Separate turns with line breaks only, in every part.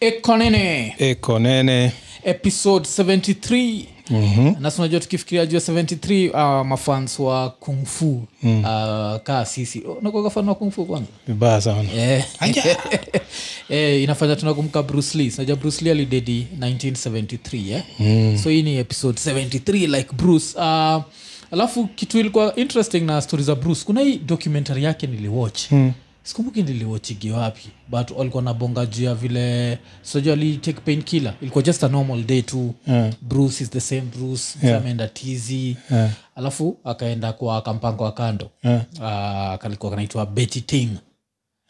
ekonene
eko nene
episode 73 mm-hmm. nasi unajua tukifikiria juu ya 73 uh, mafans wa kungfu mm. uh, kaa sisi oh, nakuaga fan wa kungfu kwanza
vibaya sana
Eh. Eh, inafanya tunakumka bruce lee sinajua bruce lee alidedi 1973 eh? mm. so hii ni episode 73 like bruce uh, alafu kitu ilikuwa interesting na stori za bruce kuna hii documentary yake niliwatch mm sikumbuki niliwachigi wapi but walikuwa nabonga juu ya vile sijua alitake pain killer ilikuwa just a normal day tu yeah. bruce is the same bruce yeah. ameenda tizi yeah. alafu akaenda kwa kampango wa kando yeah. uh, kalikuwa kanaitwa betty ting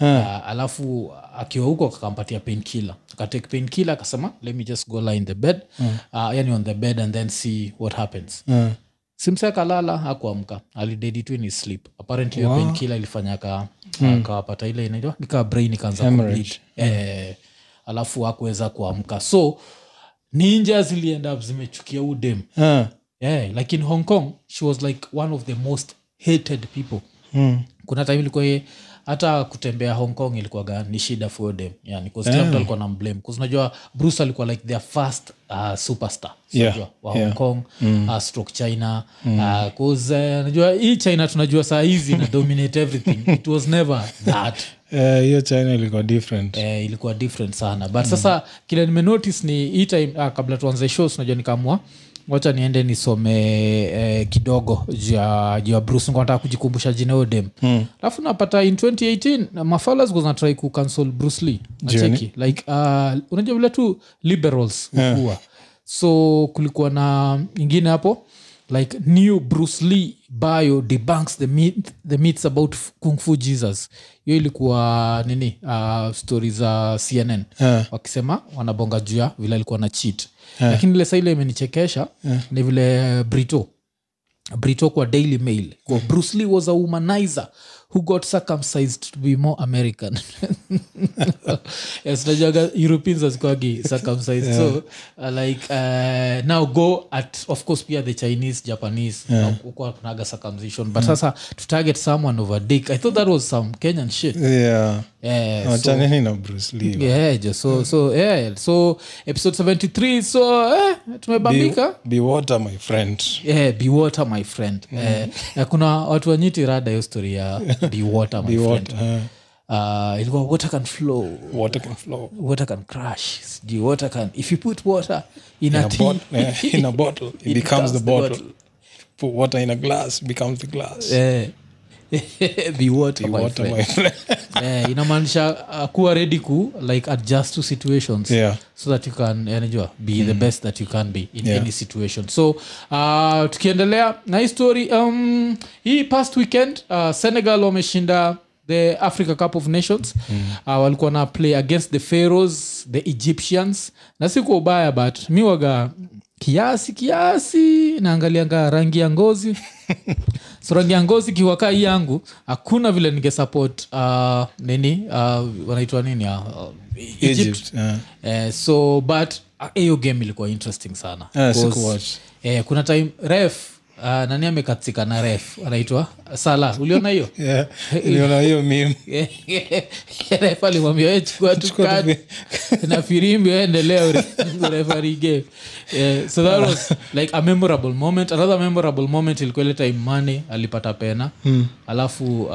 yeah. uh, alafu akiwa huko akampatia painkiller akatake painkiller akasema let me just go lie in the bed yeah. uh, yani on the bed and then see what happens
Eh,
simse akalala hakuamka alidedi tu in his sleep apparently wow. painkiller ilifanya aka akawapata ile inaitwa nika brain ikaanza kubleed. eh, alafu hakuweza kuamka so ninja zilienda zimechukia udem
eh,
yeah, like in hong kong she was like one of the most hated people
mm.
kuna time ilikuwa ye- hata kutembea hong kong ilikuwaga ni shida for them yani cause kila mtu
Eh.
alikuwa na blame cause unajua bruce alikuwa like their first uh, superstar So
Yeah, Mm.
unajua, wa hong kong mm. uh, stroke china uh, cause uh, unajua hii china tunajua saa hizi na dominate everything it was never that
Eh, hiyo china ilikuwa different
eh, ilikuwa different sana but mm. sasa kile nimenotice ni hii time ah, kabla tuanze show sinajua nikaamua wacha niende nisome eh, kidogo juu ya juu ya bruce Nilikuwa nataka kujikumbusha jina huyo dem alafu napata in 2018 na mafalas zinatrai kucancel bruce lee nacheki like uh, unajua vile tu liberals hukua so kulikuwa na ingine hapo like new bruce lee bio debunks the, myth, the myths about f- kung fu jesus hiyo ilikuwa nini uh, stori za cnn
Eh.
wakisema wanabonga juu ya vile alikuwa na cheat lakini ile saile imenichekesha ni vile brito brito kwa daily mail kwa bruce lee was a womanizer who got circumcised to be more american yes, najuaga europeans askwagi circumcised so uh, like uh, now go at of course pia the chinese japanese yeah. Mm. kunaga circumcision but sasa to target someone over dick i thought that was some kenyan shit
yeah
yeah, so-
wachaneni na bruce lee
Oh, yeah, jo, so, so, yeah, so episode 73 so eh, tumebambika
be water my friend
yeah, Eh, be water my friend mm. eh, na kuna watu wanyiti rada hiyo story ya be water my friend
water, eh.
uh, ilikuwa water can flow
water can flow
water can crash sijui water can if you put water in
in
a
a,
tea
bot- eh, in a bottle it, becomes the bottle,
bottle.
put water in a glass becomes the glass
eh, be water my
water
friend
my friend
eh, inamaanisha uh, kuwa ready ku like adjust to situations
Yeah.
so that you can eh, najua be the best that you can be in any situation so uh, tukiendelea na hii story um, hii past weekend uh, senegal wameshinda the africa cup of nations mm. uh, walikuwa na play against the pharaohs the egyptians na si kwa ubaya but mi waga kiasi kiasi naangalianga rangi ya ngozi so rangi ya ngozi kiwakaa hii yangu hakuna vile ningesupport uh, nini uh, wanaitwa nini uh, uh, egypt
egypt eh.
eh, so but ah, hiyo game ilikuwa interesting sana
Ah,
'Cause,
sikuwatch.
eh, kuna time ref uh, nani amekatika na ref anaitwa sala uliona hiyo
yeah niliona hiyo meme
ref alimwambia "Eh, chukua tu
Chukua tu
kadi na firimbi endelea refari game Eh, so
Ah.
that was like a memorable moment another memorable moment ilikuwa ile time mane alipata pena
Hmm.
mm. alafu uh,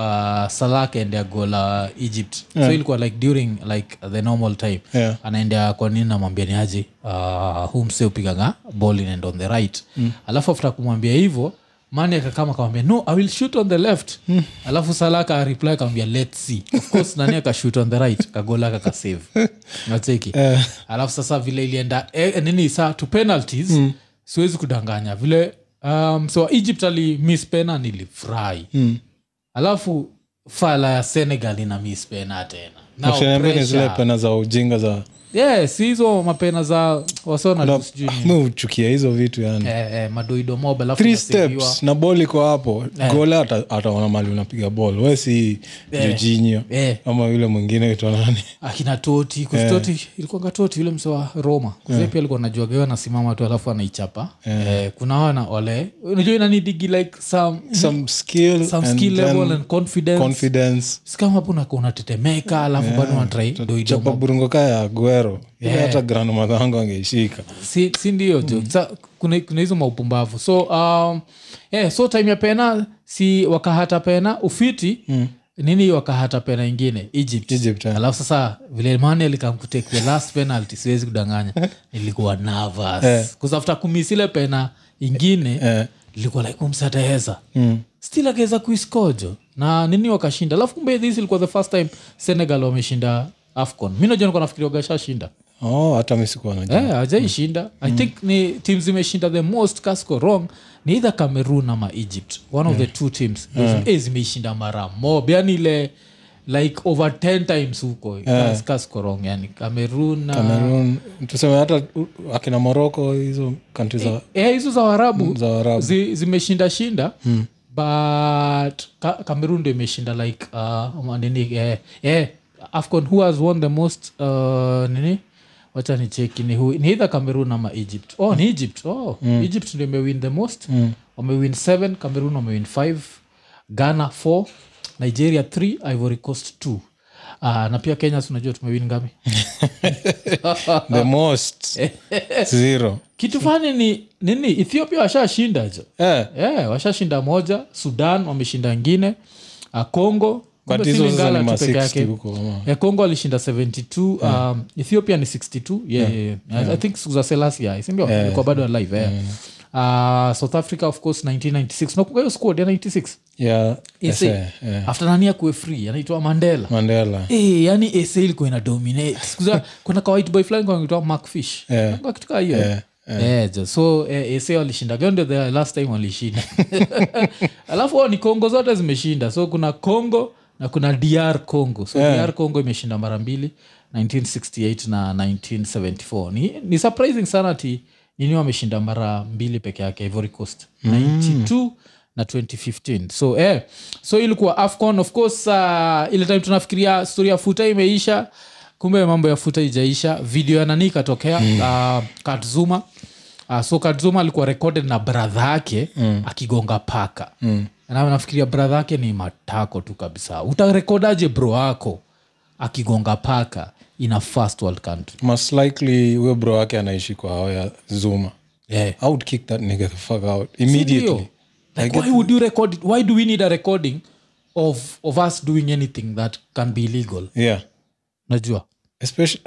salah akaendea gola egypt yeah. so ilikuwa like during like the normal time
Yeah.
anaendea kwa nini namwambia ni aje uh, hu mse upiganga ball in and on the right mm. alafu after kumwambia hivyo mani akakama akamwambia no i will shoot on the left mm. alafu salaka reply akamwambia let's see of course nani akashoot on the right kagolaka kasave nacheki alafu sasa vile ilienda eh, nini saa to penalties mm. siwezi kudanganya vile um, so egypt ali miss pena nilifurahi mm. alafu fala ya senegal ina miss pena tena Now
Ukiniambia ni zile
pressure
pena za ujinga za
yes hizo mapena za wasona sijui nini.
mi huchukia hizo vitu yani
eh, eh, madoido mob alafu
three
inaseviwa.
steps na bol iko hapo gola ata- ataona mali unapiga bol we si jujinyo
Eh. Eh.
ama yule mwingine itwa nani
akina toti
Eh.
kutoti ilikuwanga toti yule mse wa roma kuzia pia alikuwa najuagayo anasimama tu alafu anaichapa eh, kuna wana wale unajua inanidigi like some,
some skill
some
and
skill
then
level and confidence
confidence
sikama hapo unakuwa unatetemeka alafu alafu bado natrai
chapa burungo kaa ya gwero yeah.
Eh.
hata grandmother wangu angeishika
si, si ndio jo
Mm.
sa kuna, kuna hizo maupumbavu so um, yeah, so time ya pena si wakahata pena ufiti mm nini wakahata pena ingine egypt,
Egypt, eh.
alafu sasa vile manel kamkutake the last penalty siwezi kudanganya nilikuwa nervous yeah. after kumisile pena ingine
Eh.
nilikuwa like umsataweza mm. still akaweza kuiskojo na nini wakashinda alafu kumbe this ilikuwa the first time senegal wameshinda afcon mi najua nikuwa nafikiria wagashashinda
oh, hata misikuwa najua
Eh, hajaishinda i think ni tim zimeshinda the most casco wrong ni either cameroon ama egypt one of the two teams yeah. zimeishinda mara mob yani ile like over 10 times huko yeah. casco wrong yani cameroon na-
Cameroon, tuseme hata u- akina moroko hizo kanti za
Eh, hizo za warabu
za Waarabu.
zi, zimeshinda shinda but ka, cameroon ndo imeshinda like uh, ma- nini eh, eh, afcon who has won the most uh, nini wacha nicheki ni, hu- ni either cameroon ama egypt oh ni egypt oh egypt ndo imewin the most wamewin 7 cameroon wamewin 5 ghana 4 nigeria 3 ivory coast 2 uh, na pia kenya si unajua tumewin ngapi
the most
Eh.
zero
kitu fani ni nini ethiopia washashinda jo
eh,
yeah, washashinda moja sudan wameshinda ngine Ah, congo
but
kumbe si
hizo sasa
Lingala
ni ma
tu peke
60
yake.
huko Eh. ama-
Eh, congo alishinda 72 um, ethiopia ni 62 yeah,
Eh.
yeah. Yeah, I, i think siku za selasia sindio alikuwa bado alive yeah.
Eh.
Ah, south africa of course 1996 nakumbuka hiyo squad ya 96
yeah,
SA.
SA, eh,
after nani akuwe free anaitwa mandela
mandela
Eh, yani sa ilikuwa ina dominate Siku za- kuna kawhite boy fulani kanaitwa macfish
Yeah.
kitu kaa hiyo Eh, jo. so eh, sa walishinda hiyo ndio the last time walishinda alafu wao ni congo zote zimeshinda so kuna congo na kuna dr congo so dr congo imeshinda mara mbili 1968 na 1974 ni, ni surprising sana ti nini wameshinda mara mbili peke yake ivory coast 92 na 2015 so eh, so ilikuwa afcon of course uh, ile time tunafikiria stori ya futa imeisha kumbe mambo ya futa ijaisha video ya nani ikatokea mm. uh, katzuma uh, so katzuma alikuwa recorded na bradha yake mm. akigonga paka mm. na nafikiria bradha yake ni matako tu kabisa utarekodaje bro wako akigonga paka in a first world country
most likely huyo bro wake anaishi kwa hao ya zuma
yeah.
i would kick that nigga the fuck out immediately
Ndio. Like, why would you record it? why do we need a recording of, of us doing anything that can be illegal
yeah
najua
especially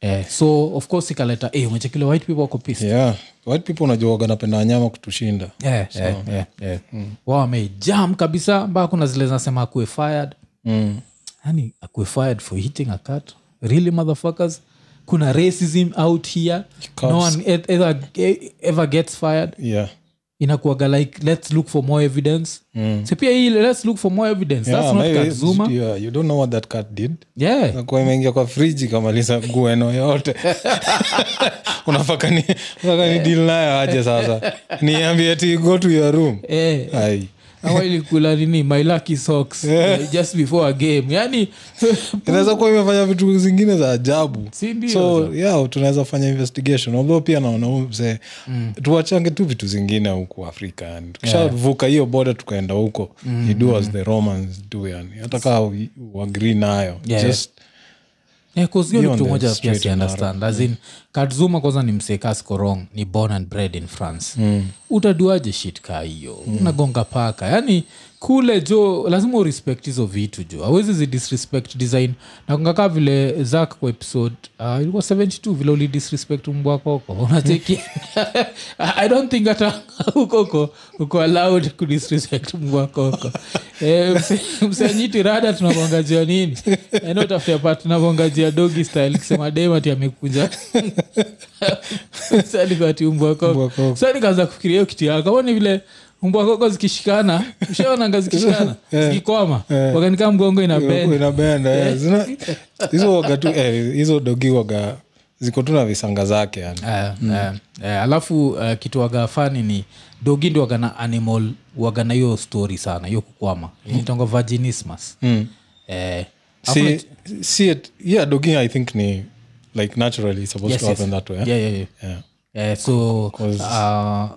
eh, so of course ikaleta eh, umechekile white people wako pissed
yeah white people unajuaga napenda wanyama kutushinda
Eh, eh, eh, eh. wao wamejam kabisa mpaka kuna zile zinasema akue fired
mm.
yani akue fired for hitting a cat really motherfuckers kuna racism out here no
Cops.
one e- ever, e- ever gets fired
yeah
inakuaga like let's look for more evidence mm. so pia hii ile, let's look for more evidence
Yeah,
that's not
maybe-
Kazuma
yeah, you don't know what that cat did
yeah
nakuwa imeingia kwa friji kamaliza gueno yote unafaka ni, unafaka ni deal nayo aje sasa niambie ti go to your room
eh,
ai
Ama ilikula nini my lucky socks eh, just before a game yani
inaweza kuwa imefanya vitu zingine za ajabu
Si ndio?
so yeah, tunaweza fanya investigation although pia naona huyu mzee
Mm.
tuwachange tu vitu zingine huku afrika yani tukishavuka hiyo boda tukaenda huko
Mm,
you do as the romans do yani hata kaa uagri nayo
Yeah.
just
Yeah, 'cause hiyo ni kitu
the
moja pia
straight
si understand as in katzuma kwanza ni msekaskoron ni born and bred in france
Mm.
utaduaje shit kaa hiyo unagonga paka yaani kule jo lazima urespect hizo vitu jo awezi zidisrespect design nagonga kaa vile zak kwa episode uh, ilikuwa 72 vile ulidisrespect mbwa koko unacheki i don't think hata ukoko uko allowed kudisrespect mbwa koko Eh, mse- msenyiti rada tunavongajia nini Eh, eno tafutia pa tunavongajia dogi style kisema demati amekuja salivati
Mbwa
umbwakoko
koko.
sa nikaanza kufikiria hiyo kitu yako Kama ni vile umbwakoko zikishikana ushaonanga zikishikana zikikwama wakanikaa mgongo ina bend
inabenda yeah. eh. Zina- hizo waga tu eh, hizo dogi waga ziko tu na visanga zake yani
Eh, eh, eh, alafu eh, kitu waga fani ni dogi ndi wagana animal wagana hiyo story sana hiyo kukwama inaitangwa vaginismus eh, alafu na-
Mm. si, si it, yeah dogi i think ni like naturally it's supposed
yes,
to
yes.
happen that way eh?
Yeah, yeah, yeah.
Yeah.
Eh, so uh,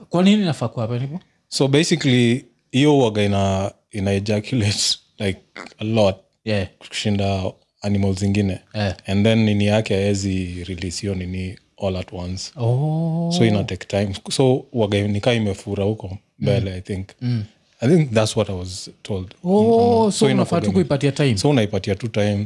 kwa nini nafaa kuwa hapa nipo
so basically hiyo waga ina ina ejaculate like a lot
yeah.
kushinda animal zingine
Eh.
and then nini yake aezi release hiyo nini all at once
oh.
so ina take time so wagainika imefura huko mbele i think i think that's what i was told
Mm. Oh, so
ina
unafaa tu
forgive.
kuipatia time
so unaipatia tu time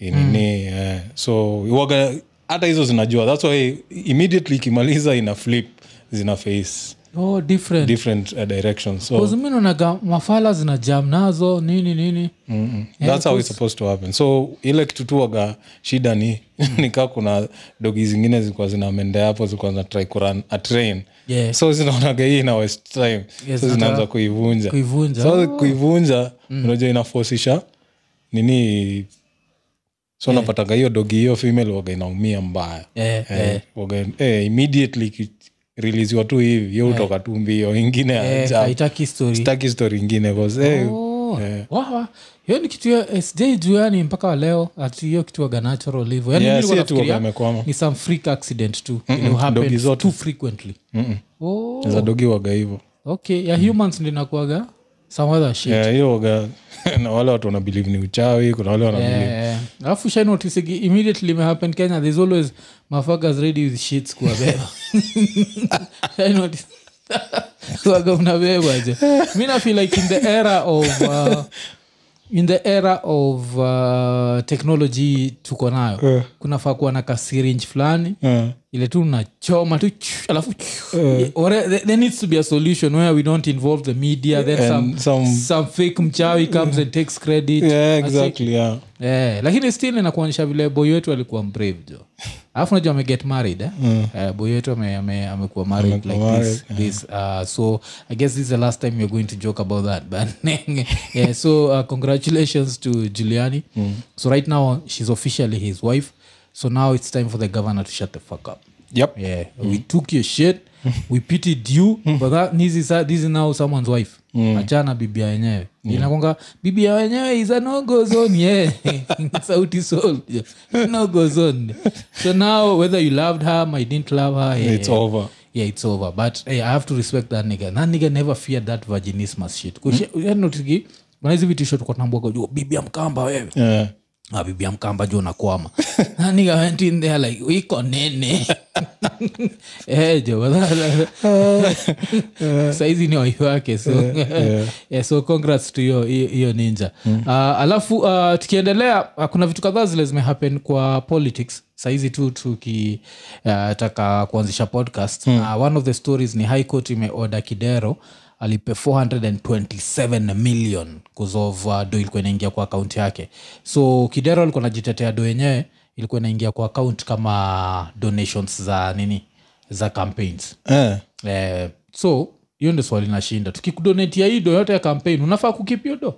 Mm.
inini eh, so waga hata hizo zinajua thats why immediately ikimaliza ina flip zina face
oh, different
different uh, directions so
Because mi naonaga mafala zina jam nazo nini nini
Mm. that's how it's supposed to happen so ile kitu tu waga shida ni
Hmm.
nikaa kuna dogi zingine zilikuwa zinamende hapo zilikuwa zina try kuran a train
Yeah.
so zinaonaga hii ina waste time
Yes,
so
hata
zinaanza kuivunja
kuivunja. Oh. Hmm.
so kuivunja unajua inafosisha nini so napataga hiyo dogi hiyo female waga inaumia mbaya
Eh,
Eh, waga- eh, immediately ki- release-iwa tu hivi hiyo utoka tu mbio ingine
eh,
haja-
haitaki story
sitaki story ingine 'cause, eh,
Oh, wawa hiyo ni kitu ya eh, sj juu yani yaani mpaka wa leo ati hiyo kitu waga natural hivo yani
Yeah,
mimi nilikuwa
si ati waga
nafikiria
amekwama.
ni some freak accident tu you know, happens
dogi zote.
too frequently oh,
za dogi waga hivo
okay ya humans ndinakuaga some other shit
Yeah, hiyo waga na wale watu wanabilive ni uchawi kuna wale wanabilive
Eh, alafu shainotisigi immediately imehappen kenya thereis always mafagas ready with shits kuwabeba Shai notice- waga mnabebwa je mi nafeel like in the era of uh, in the era of uh, technology tuko nayo
Eh.
kunafaa kuwa na kasirinji fulani
Eh,
ile tu unachoma tu chu, alafu chu. Yeah, ore- there- there needs to be a solution where we don't involve the media then some,
And
some,
some-
fake mchawi comes and takes credit
yeah,
That's it.
exactly, yeah.
Eh, lakini still inakuonyesha vile boy wetu alikuwa brave jo alafu najua ameget married eh? Eh, boy wetu ame- ame- amekuwa married
Mm. Amekuwa
like
married,
this, this uh, so i guess this is the last time you're going to joke about that but yeah, so uh, congratulations to Giuliani
Mm.
so right now she's officially his wife so now it's time for the governor to shut the fuck up
Yep.
yeah
Hmm.
we took your shit we pitied you but that, this, is, this is now someone's wife
Hmm.
achana bibia wenyewe inakonga bibia wenyewe is a no go zone yeah sauti sol no go zone so now whether you loved her I didn't love her yeah,
It's
yeah.
over.
yeah it's over but hey, i have to respect that nigga that nigga never feared that virginismus shit
Hmm.
yaani kushotigi kuna hizi vitisho tukatambuakajua bibia mkamba wewe
Yeah.
Ah, bibi ya mkamba juu nakwama niga went in there like iko nene Eh, jo, wala- saizi ni wai wake so, yeah, so congrats to hiyo- hiyo hiyo ninja Ah, alafu ah, tukiendelea ah, kuna vitu kadhaa zile zimehappen kwa politics saizi tu tukitaka kuanzisha podcast Ah, one of the stories ni high court imeoda kidero alipe 427 million kuzova do ilikuwa inaingia kwa akaunti yake so kidero alikuwa anajitetea do yenyewe ilikuwa inaingia kwa akaunti kama donations za nini za campaigns
Eh,
eh, so hiyo ndio swali nashinda tukikudonetia hii do yote ya campaign unafaa kukipio do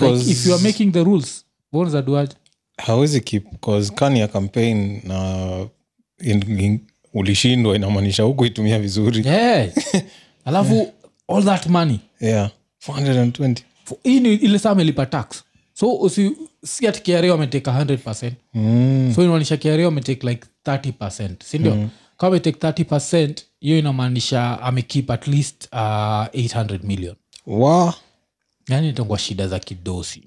like, if you are
'cause
making the rules bonzaduaje
hawezi keep- 'cause kani ya campaign na in- in- ulishindwa inamaanisha huku itumia vizuri
yeah. alafu all that money
yeah. 420
For- hii ni ile saa amelipa tax so usi, si ati kiario ameteka 100
Mm,
so inamaanisha kiario ametake like 30 sindio mm. kama ametake 30 hiyo inamaanisha amekeep at least uh, 800 million
wa
yani itangua shida za kidosi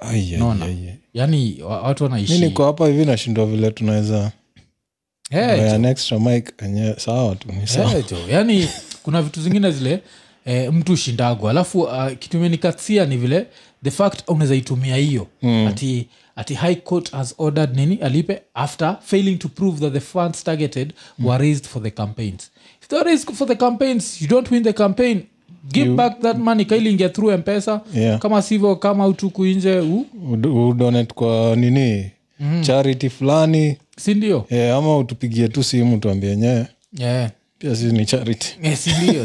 Ai, ai,
Naona.
ai, ai.
yani wa- watu
mi
wanaishi
niko hapa hivi nashindwa vile tunaweza
Eh,
an extra mic enye sawa tu ni sawa
Eh, jo, yani kuna vitu zingine zile eh, mtu ushindagwa alafu uh, kitumenikatia ni vile the fact unaweza itumia hiyo mm. ati ati high court has ordered nini alipe after failing to prove that the funds targeted mm. were raised for the campaigns if they were raised for the campaigns you don't win the campaign give you, back that money kailingia through mpesa
Yeah.
kama sivyo kama utuku nje u
Ud- udonate kwa nini
Mm.
charity fulani
sindio
Eh, ama utupigie tu simu tuambie nyewe
yeah.
pia sisi ni charity
yeah, sindio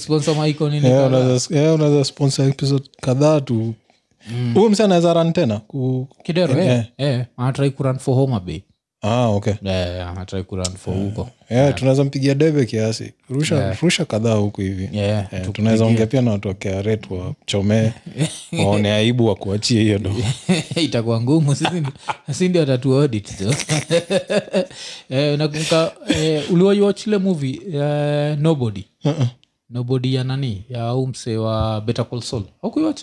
sponsor maiko nini
Eh,
yeah,
unaweza eh, unaweza sponsor episode kadhaa tu
Mm.
huyu msi anaweza ran tena ku
kidero eh?
Yeah.
yeah. yeah. anatrai kuran for homa bay
ah, okay
Yeah, anatrai kuran for huko
yeah, tunaweza mpigia debe kiasi rusha, rusha kadhaa huku hivi
Yeah,
Eh, tunaweza ongea pia na watu wa KRA wachomee waone aibu wakuachie hiyo do
itakuwa ngumu sindi watatuaudit jo eh, nakumbuka eh, uliwaiwach ile movie eh, nobody nobody ya nani ya umse wa better call saul Haukuiwatch?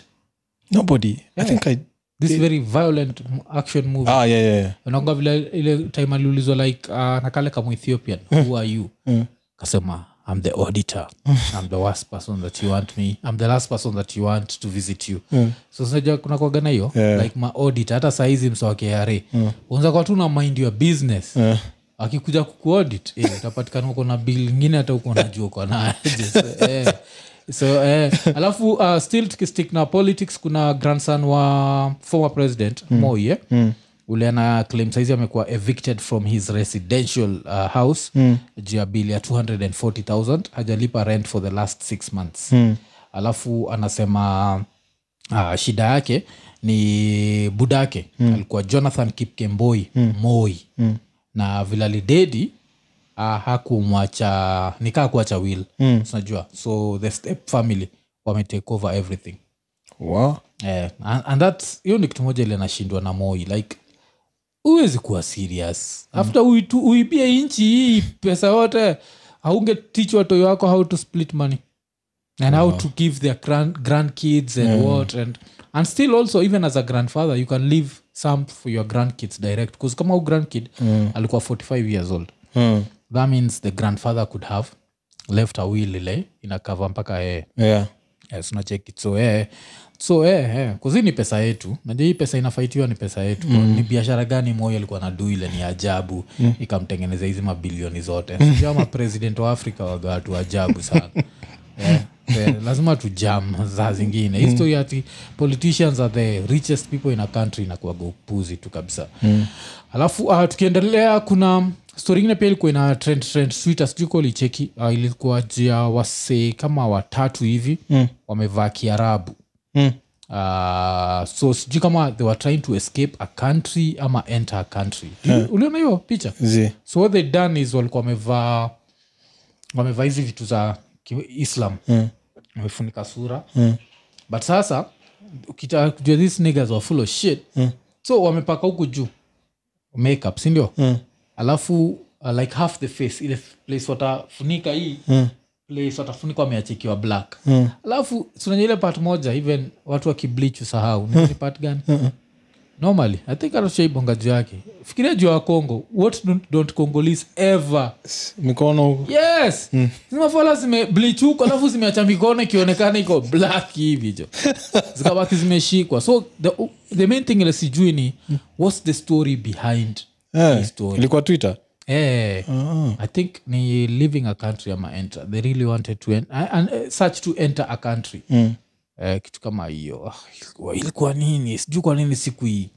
nobody i think i
this very violent m- action movie
ah, yeah, yeah, yeah.
unaonga vile ile time aliulizwa like uh, nakale kama ethiopian who are you kasema i'm the auditor i'm the worst person that you want me i'm the last person that you want to visit you so sinaja kuna kuagana hiyo
Yeah.
like ma auditor hata sahizi msawakare mm. unza kwa tu na mind your business yeah akikuja kukuaudit eh, utapatikana uko na bill ingine hata uko najua uko naje so, eh, so eh, alafu uh, still tukistick na politics kuna grandson wa former president mm. moi eh? mm ule ana claim saizi amekuwa evicted from his residential uh, house mm. juu ya bili ya 240000 hajalipa rent for the last six months mm. alafu anasema uh, shida yake ni budake mm. alikuwa jonathan kipkemboi mm. moi mm. na vilalidedi uh, hakumwacha nikaa kuacha will mm. unajua so the step family wametake over everything
Wow.
eh, and, and that hiyo ni kitu moja ile nashindwa na moi like huwezi kuwa serious mm. after uitu, uibie nchi hii pesa yote haungetich watoi wako how to split money and how to give their grand, grandkids and what and, and still also even as a grandfather you can leave some for your grandkids direct because kama u grandkid mm. alikuwa 45 years old
Mm.
that means the grandfather could have left a will ile inakava mpaka eh, yeye
Yeah.
yes, unacheki so eh, so eh, eh. kuzi ni pesa yetu najua hii pesa inafaitiwa ni pesa yetu mm. ni biashara gani moyo alikuwa na du ile ni ajabu mm. ikamtengeneza hizi mabilioni zote sijua mapresident wa afrika waga watu ajabu sana eh, eh, lazima tujam saa zingine mm. histori ati politicians are the richest people in a country inakuwaga upuzi tu kabisa mm. alafu uh, tukiendelea kuna stori ingine pia ilikuwa ina trend trend twitter sijui kuwa ulicheki uh, ilikuwa juu ya wasee kama watatu hivi mm. wamevaa kiarabu
Mm.
uh, so sijui kama they were trying to escape a country ama enter a country yeah. uliona hiyo picha
Zi.
so what they done is walikuwa wamevaa wamevaa hizi vitu za ki- islam mm. wamefunika sura mm. but sasa ukitaka kujua these niggas were full of shit mm. so wamepaka huku juu makeup sindio mm. alafu uh, like half the face ile f- place watafunika hii mm place watafunika wameachikiwa black mm. alafu sunajua ile part moja even watu wakiblich usahau ni part gani normally i think arushaibonga juu yake fikiria juu ya congo what don't, don't congolese ever
mikono huko
yes zimafala zimeblechuka alafu zimeacha mikono ikionekana iko black hivi jo zikabaki zimeshikwa so the, the main thing ile sijui ni what's the story behind
Eh,
hii story
ilikuwa twitter
Eh, i think ni leaving a country ama enter they really wanted to en- and, and, eh, search to enter a country
Mm.
eh, kitu kama hiyo Ah, ilikuwa, ilikuwa nini sijui kwa nini siku hii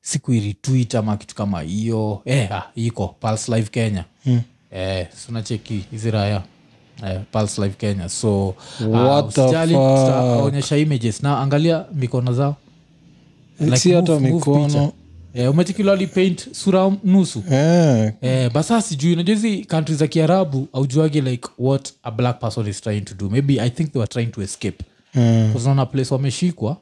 siku iritwit ama kitu kama hiyo eh, ah, iko pulse live kenya mm. eh, sunacheki hizi raya eh, pulse live kenya so ah,
What the fuck?
tutaonyesha images na angalia mikono zao
si hata
move- move
mikono
picha. eh, umechekilwa alipaint sura nusu
Eh,
Eh, but sasa sijui unajua hizi kantri za kiarabu aujuage like what a black person is trying to do maybe i think they were trying to escape
Mm.
Because naona place wameshikwa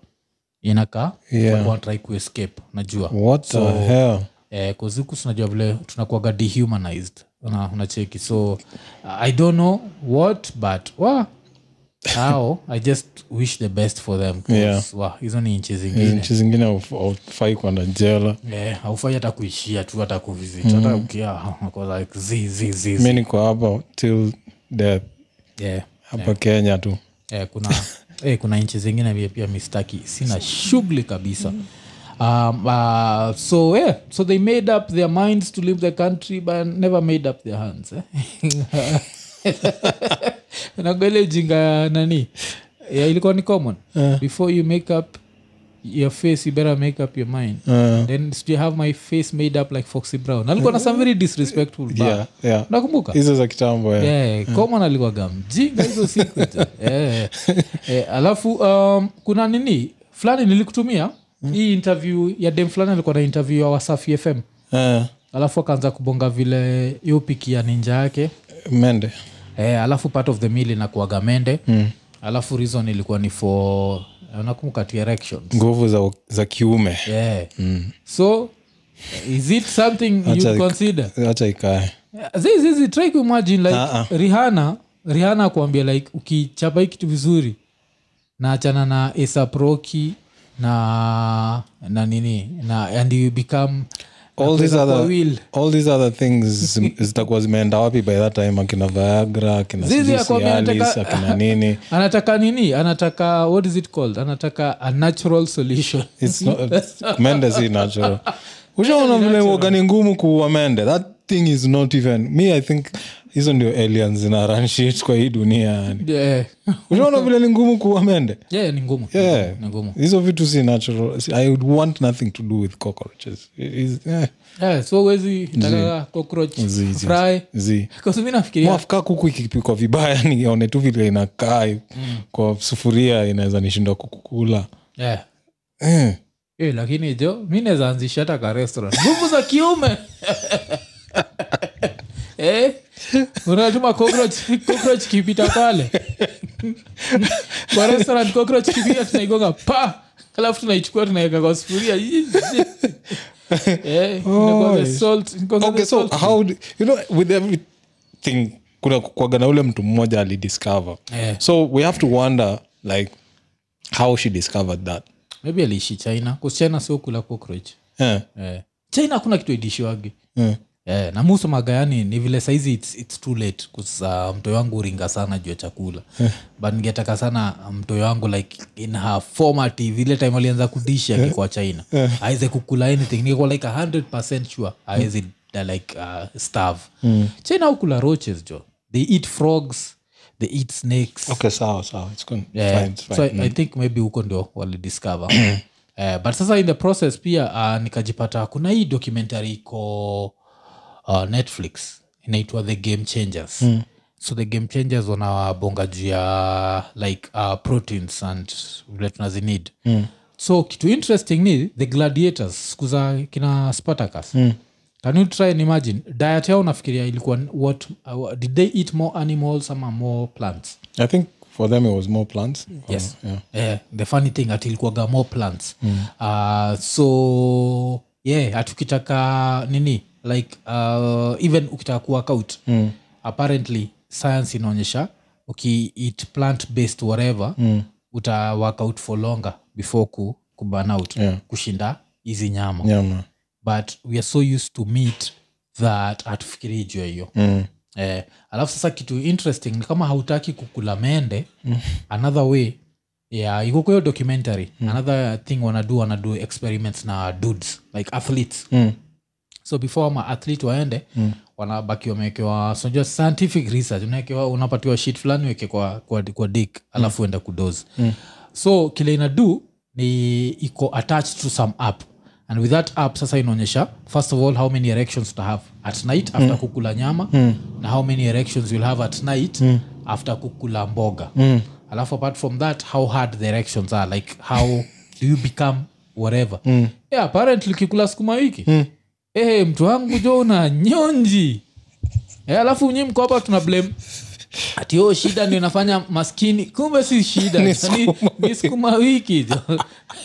inakaa
Yeah.
walikuwa wanatry kuescape najua
what the hell
eh, kuziku tunajua vile tunakuaga dehumanized una, unacheki so i don't know what but wa hao i just wish the best for them 'cause,
Yeah. Hmm.
wa, hizo ni nchi
Hizi
zingine
nchi zingine hauf- haufai kwenda jela
Eh, haufai hata kuishia tu hata kuvisit hata
Hmm.
ukia uko like, zi, zi, zi, zi.
mi niko hapa till death
Yeah.
hapa kenya tu
eh, kuna eh, kuna nchi zingine pia- pia mistaki sina shughuli kabisa um, uh, so yeah, so they made up their minds to leave the country but never made up their hands eh? nagole jinga ya nani yeah, ilikuwa ni common
Eh.
before you make up your face you better make up your mind
Eh,
then you have my face made up like foxy brown alikuwa na some very disrespectful bar.
yeah, yeah.
unakumbuka
hizo za kitambo eh.
Eh, common alikuwaga mjinga hizo siku tu. Eh, eh, alafu um, kuna nini fulani nilikutumia hii interview ya dem fulani alikuwa na interview ya wasafi fm
Eh,
alafu akaanza kubonga vile hiyo piki ya ninja yake
mende
eh, alafu part of the meal inakuaga mende mm. alafu reason ilikuwa ni for nakumbuka tu erections
nguvu za, za kiume
yeah. so is it something you
Acha-
consider
hacha ikae
zizizi try kuimagine like
Ah,
uh-uh. rihana rihana akuambia like ukichapa hii kitu vizuri naachana na esaproki na na nini na and you become
all these,
kuweza kuwa
other,
will.
all these other things zim- zitakuwa zimeenda wapi by that time akina viagra akina
Zizi
sijui
akwambia
Cialis,
anataka-
akina nini
anataka nini anataka what is it called anataka a natural solution
It's not- it's- mende si natural ushaona vile uoga ni ngumu kuua mende that thing is not even me i think hizo ndio aliens zina run shit kwa hii dunia yani
yeah.
ushaona vile ni ngumu kuua mende
yeah, ni ngumu
Yeah.
ni ngumu
hizo vitu si natural i would want nothing to do with cockroaches Is- eh,
yeah, so wezi taka cockroach
zi- zi-
fry
zi
Because mi nafikiria
mwafka kuku ikipikwa vibaya nione tu vile inakaa kwa sufuria inaweza nishinda kukukula
yeah.
eh.
Eh, lakini jo mi naweza anzisha hata ka restaurant nguvu za kiume eh? unatuma cockroach cockroach kipita pale kwa restaurant cockroach kipita tunaigonga pa alafu tunaichukua tunaweka kwa sufuria eh, inakuwa the salt, inakuwa the
okay so
salt.
how do, you know with everything kuna kwaga na ule mtu mmoja alidiscover
Eh.
so we have to wonder like how she discovered that
maybe aliishi china 'cause china sio kula cockroach
eh.
eh. china hakuna kitu idishiwagi
Eh.
Eh, na muso magayani ni vile saizi it's, it's too late kusa mtoyo wangu uringa sana juu ya chakula but ningetaka sana mtoyo wangu like in her formative ile time alianza kudisha akikuwa china aweze kukula anything ningekuwa like 100 sure aweze like uh, starve china hukula roaches jo they eat frogs they eat snakes
okay sawa sawa it's good
Yeah.
fine, it's fine.
so I, i think maybe huko ndio walidiscover Eh, but sasa in the process pia uh, nikajipata kuna hii documentary iko uh, netflix inaitwa the game changers
Hmm.
mm. so the game changers wanabonga juu ya like uh, proteins and vile tunazinid
Hmm.
mm. so kitu interesting ni the gladiators siku za kina spartacus
Hmm.
mm. can you try and imagine diet yao nafikiria ilikuwa what uh, did they eat more animals ama more plants
i think for them it was more plants
yes
yeah.
Eh, the funny thing ati ilikuwaga more plants mm. uh, so yeah ati ukitaka nini like uh, even ukitaka kuwork out mm. apparently science inaonyesha ukiit plant based whatever mm. uta work out for longer before ku, kuburn out
Yeah.
kushinda hizi nyama
yeah man.
but we are so used to meat that hatufikirii juu ya hiyo
Mm.
eh, alafu sasa kitu interesting ni kama hautaki kukula mende another way yeah, iko kwa hiyo documentary another thing wanadu wanadu experiments na dudes like athletes
Mm.
so before ma athlete waende mm. wanabaki wamewekewa sinajua scientific research unawekewa unapatiwa shit fulani weke kwa, kwa, kwa dik alafu uenda kudozi mm. so kile inadu ni iko attached to some app and with that app sasa inaonyesha first of all how many erections to have at night after mm. kukula nyama mm. na how many erections you'll have at night mm. after kukula mboga mm. alafu apart from that how hard the erections are like how do you become whatever mm. yeah, apparently ukikula sukuma wiki mm hey, mtu wangu jo una nyonji Eh, alafu nyi mko hapa tuna blame ati yo shida ndio inafanya maskini kumbe si shida
Ni
Ni-
sukuma
ni sukuma wiki jo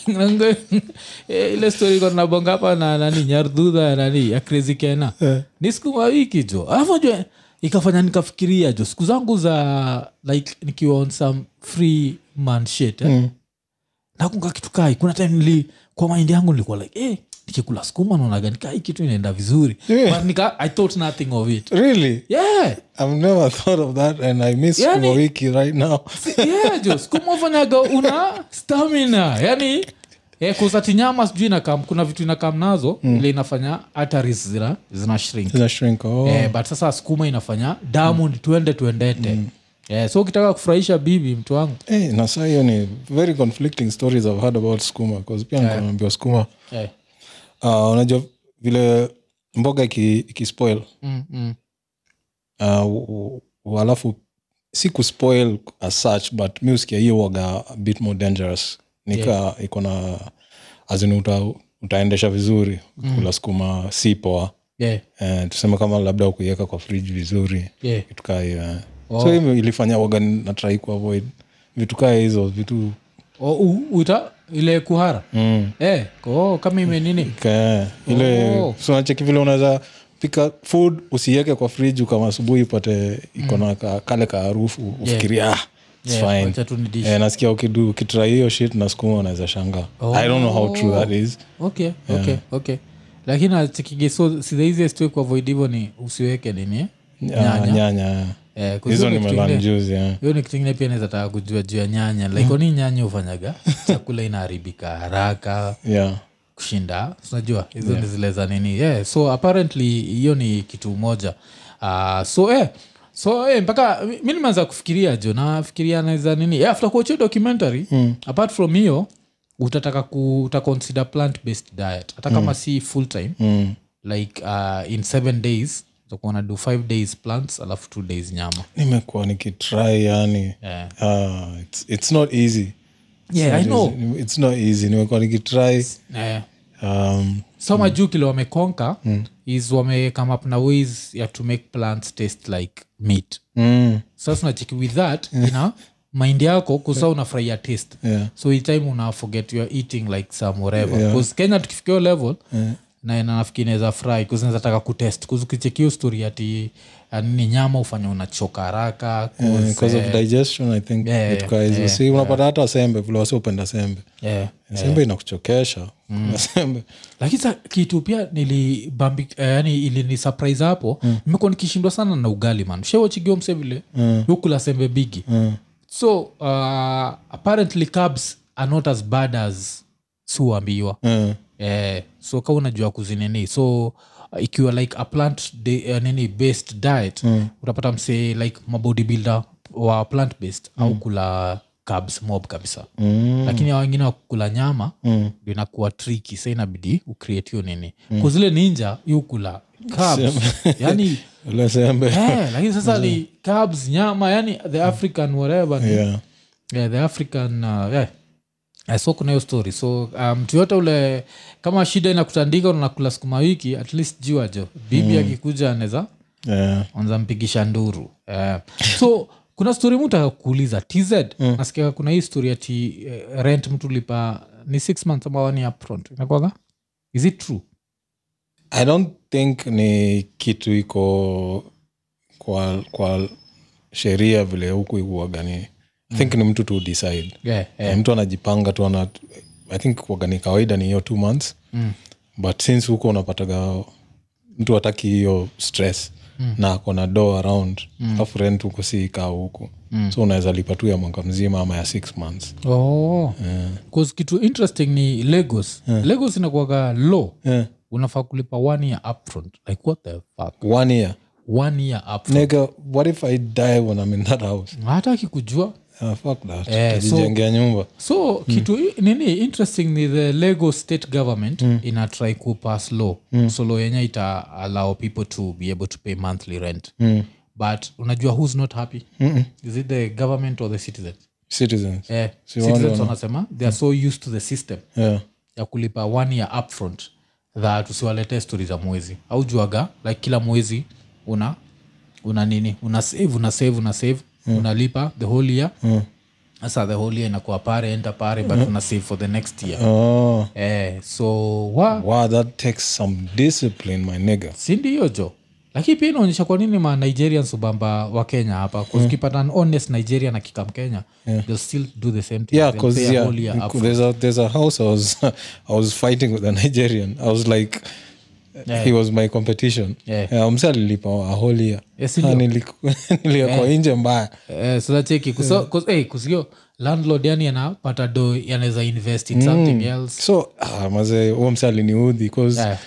Nange- eh, ile story kwa tunabonga hapa na nani nyardudha nani ya crazy kena
Eh.
ni sukuma wiki jo alafu jo ikafanya nikafikiria jo siku zangu za like nikiwa on some free man shit, eh?
Mm.
nakunga kitu kai kuna time nili kwa maindi yangu nilikuwa like eh, nikikula skuma naonaga nikai kitu inaenda vizuri
Yeah.
But nika, i thought nothing of it
really
yeah
i've never thought of that and i miss
Yani-
yani, wiki right now
Si- yeah jo skuma ufanyaga una stamina yani eh, kuzati nyama sijui inakam kuna vitu inakam nazo mm. ile inafanya ataris zina, zina shrink
Zina shrink oh.
eh, but sasa skuma inafanya damu mm. tuende tuendete mm. eh, so ukitaka kufurahisha bibi mtu wangu
Eh, na saa hiyo ni very conflicting stories i've heard about skuma bcause pia yeah. naambiwa skuma
eh.
uh, unajua vile mboga iki- ikispoil iki
mm, mm.
uh, u- u- alafu si kuspoil as such but mi usikia hiyo waga a bit more dangerous nika yeah. iko na azin uta, utaendesha vizuri mm. kula skuma si poa
yeah.
Eh, tuseme kama labda ukuiweka kwa fridge vizuri
yeah.
vitu kaa hiyo eh. so hiyo ilifanya waga natrai kuavoid vitu kaa hizo vitu
O, u, uta ile kuhara mm. eh, ko kama ime nini
Ka- eh, ile
Oh.
so nacheki vile unaweza pika food usiiweke kwa friji kama asubuhi upate iko na ka, kale ka harufu ufikiria ah,
Mm.
It's
Yeah,
fine.
wacha tu ni dish.
Eh, nasikia ukidu ukitry hiyo shit naskuma unaweza shangaa i don't know how true that is
okay okay okay lakini nachikige so si the easiest way kuavoid hivyo ni usiweke nini eh?
Ah,
nyanya
nyanya
Eh, 'cause
hizo
hiyo ni kitu
nimelan
ingine-
juzi yeah.
hiyo ni kitu ingine pia naweza taka kujua juu ya nyanya like oni nyanya hufanyaga chakula inaharibika haraka
yeah
kushinda unajua hizo ni zile za nini yeah. so apparently hiyo ni kitu moja uh, so eh, so eh, mpaka mi nimeanza kufikiria jo nafikiria naweza nini eh, after kuocha documentary mm. apart from hiyo utataka ku, utaconsider plant based diet hata kama si full time
mm.
like uh, in seven days utakuwa na do five days plants alafu two days nyama
nimekuwa nikitry yani
Yeah.
ah, it's, it's not easy
yeah, I know.
it's not easy nimekuwa nikitry
Eh.
um,
so mm. majuu kile wamekonka mm. is wame come up na ways ya to make plants taste like meat
mm,
sasa unachiki with that ina mind yako kusa unafurahia taste
yeah.
so each time una forget youare eating like some whatever yeah. kenya tukifikia hiyo level yeah na nafikiri inaweza fry kuzinaweza taka kutest kuzikichekio stori ati ah, nini nyama ufanya unachoka haraka 'cause,
eh, because of digestion i think
eh, yeah,
it guys
yeah,
si unapata hata sembe vile wasi upenda sembe
eh,
sembe inakuchokesha Kuna
Mm.
sembe
lakini sa kitu pia nilibambi eh, yani ilini surprise hapo mm. nimekuwa nikishindwa sana na ugali man shewochigio mse vile mm. hukula sembe bigi mm. so uh, apparently carbs are not as bad as siuambiwa
Eh,
eh, so ka unajua kuzinini so uh, ikiwa like a plant de, uh, nini based diet mm. utapata msee like mabodybuilder wa plant based mm. au kula carbs mob kabisa mm. lakini hao wengine wakukula nyama mm. ndio inakuwa triki sa inabidi ucreate hiyo nini mm. kuzile ninja yukula carbs yani
ule sembe
eh, lakini sasa ni carbs nyama yani the african whatever ni
yeah
yeah, the african uh, yeah. Eh, so kuna hiyo story so uh, mtu yote ule kama shida inakutandika unakula sukuma wiki at least jua jo bibi akikuja anaweza
yeah
anza mpigisha nduru eh. so kuna story mtu akakuuliza tz mm. nasikia kuna hii story ati eh, rent mtu lipa ni six months ama one year upfront inakwaga is it true
i don't think ni kitu iko kwa kwa sheria vile huku ikuagani i think ni mtu tu decide
yeah, yeah.
yeah. mtu anajipanga tu ana i think kuaga ni kawaida ni hiyo two months mm. but since huko unapataga mtu hataki hiyo stress mm. na akona do around alafu rent huko si kaa huku mm. so unaweza lipa tu ya mwaka mzima ama ya six months
Oh. Yeah. kitu interesting ni lagos yeah. lagos inakuaga low
yeah.
unafaa kulipa one year upfront like what the fuck
one year
one year upfront
nega what if i die when i'm in that house
hata akikujua
uh, fuck that
Eh, so-
tajijengea nyumba
so mm. kitu i- nini interesting ni the lagos state government mm. ina try kupass law mm. so law yenye ita allow people to be able to pay monthly rent mm. but unajua who's not happy Mm-mm. is it the government or the citizen
citizens
eh,
Si wao
citizens
ndio
wanasema they are so used to the system
yeah.
ya kulipa one year upfront that usiwaletee stori za mwezi au juaga like kila mwezi una una nini una save una save una save mm. unalipa the whole year
Mm.
sasa the whole year inakuwa pare enda pare but una save for the next year
oh.
eh, so wa
wow that takes some discipline my nigga
si ndiyo jo lakini pia inaonyesha kwa nini ma nigerians ubamba wa kenya hapa
Mm.
ukipata an honest nigerian akikam kenya they'll still do the same thing
yeah
They'll
because
pay a
yeah,
whole year
nk-
upfront.
there's a there's a house I was I was fighting with a Nigerian. I was like, he was my competition.
Yeah.
msa alilipa a whole year.
Yes,
Na
ndio.
niliku- niliwekwa nje mbaya.
Eh, so that's it. Kuso- kus- eh, kusikio landlord yani anapata do anaweza invest in something
Mm.
else
So ah, mazee, huo msa aliniudhi 'cause
Yeah.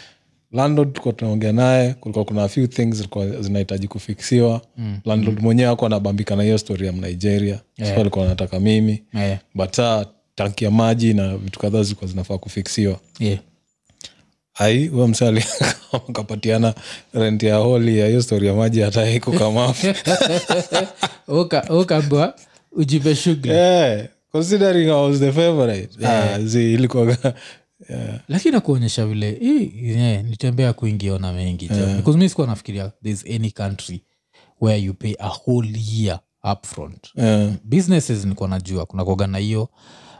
landlord tulikuwa tunaongea naye, kulikuwa kuna a few things zilikuwa zinahitaji kufiksiwa.
Mm.
Landlord mwenyewe hakuwa anabambika na hiyo story ya Mnigeria. So alikuwa anataka mimi.
Yeah.
But ah, tanki ya maji na vitu kadhaa zilikuwa zinafaa kufiksiwa.
Yeah.
ai huyo msali akapatiana rent ya holi ya hiyo stori ya maji hata haikukamafu
Uka- ukaambiwa ujipe shughuli
yeah, considering I was the favorite yeah. ah, zi ilikuwaga yeah.
lakini nakuonyesha vile hii, yeah, nitembea kuingiona mengi yeah. mi sikuwa nafikiria thereis any country where you pay a whole year upfront
Yeah.
businesses nikuwa najua kuna kuoga na hiyo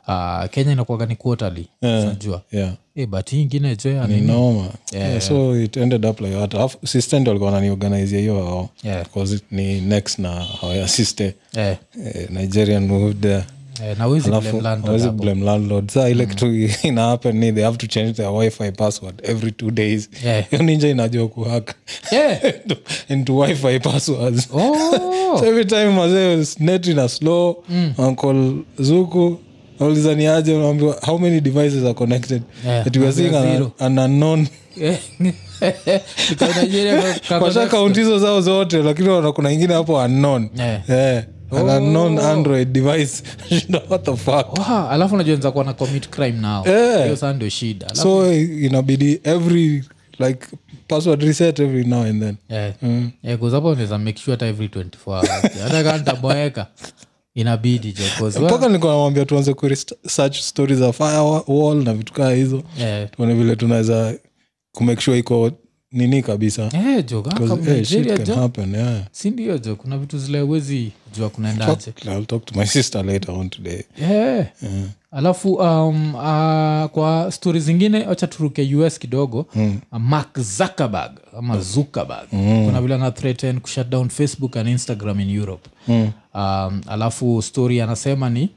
uh, kenya inakuaga ni quarterly najua
yeah Mm.
Eh, but hii ingine je ya nini?
noma yeah, so it ended up like that Alafu sister ndio alikuwa ananiorganizia hiyo wao
Yeah.
because it ni next na hawaya sister
Eh,
eh, nigerian moved there
eh, na huwezi blame
alafu
landlord
hawezi
hapo. Mm.
blame landlord saa ile kitu ina happen ni they have to change their wifi password every two days
Yeah.
hiyo ninja inajua kuhack
Eh,
into wifi passwords
oh, Mm.
so every time mazee net ina slow uncle zuku naulizaniaje naambiwa how many devices are connected
Yeah,
that we are seeing an,
zero.
an unknown
eh, Ikawa Nigeria ka- ka-
washa kaunti hizo zao zote lakini wana- kuna ingine hapo unknown
Yeah. Oh.
yeah. an unknown android device Shida, what the fuck
Wah, Ah, alafu najua nza kuwa na commit crime nao
Eh.
hiyo saa ndio shida alafu,
so inabidi every like password reset every now and then
eh,
Mm.
eh, 'cause hapo unaweza make sure hata every 24 hours. hata kaa nitaboeka inabidi jo 'cause we-
mpaka nilikuwa namwambia tuanze ku search stories za firewall na vitu kaa hizo
eh,
tuone vile tunaweza kumake sure iko nini kabisa
eh, jo, kama
'Cause, eh, shit
Nigeria,
can
jo.
happen, yeah.
si ndio jo kuna vitu zile uwezi jua kunaendaje
Fuck, I'll talk to my sister later on today
yeah. alafu um, uh, kwa stori zingine wacha turuke us kidogo mm. mark zuckerberg ama zuckerberg mm. kuna vile ana threaten kushut down facebook and instagram in europe mm. um, alafu story anasema ni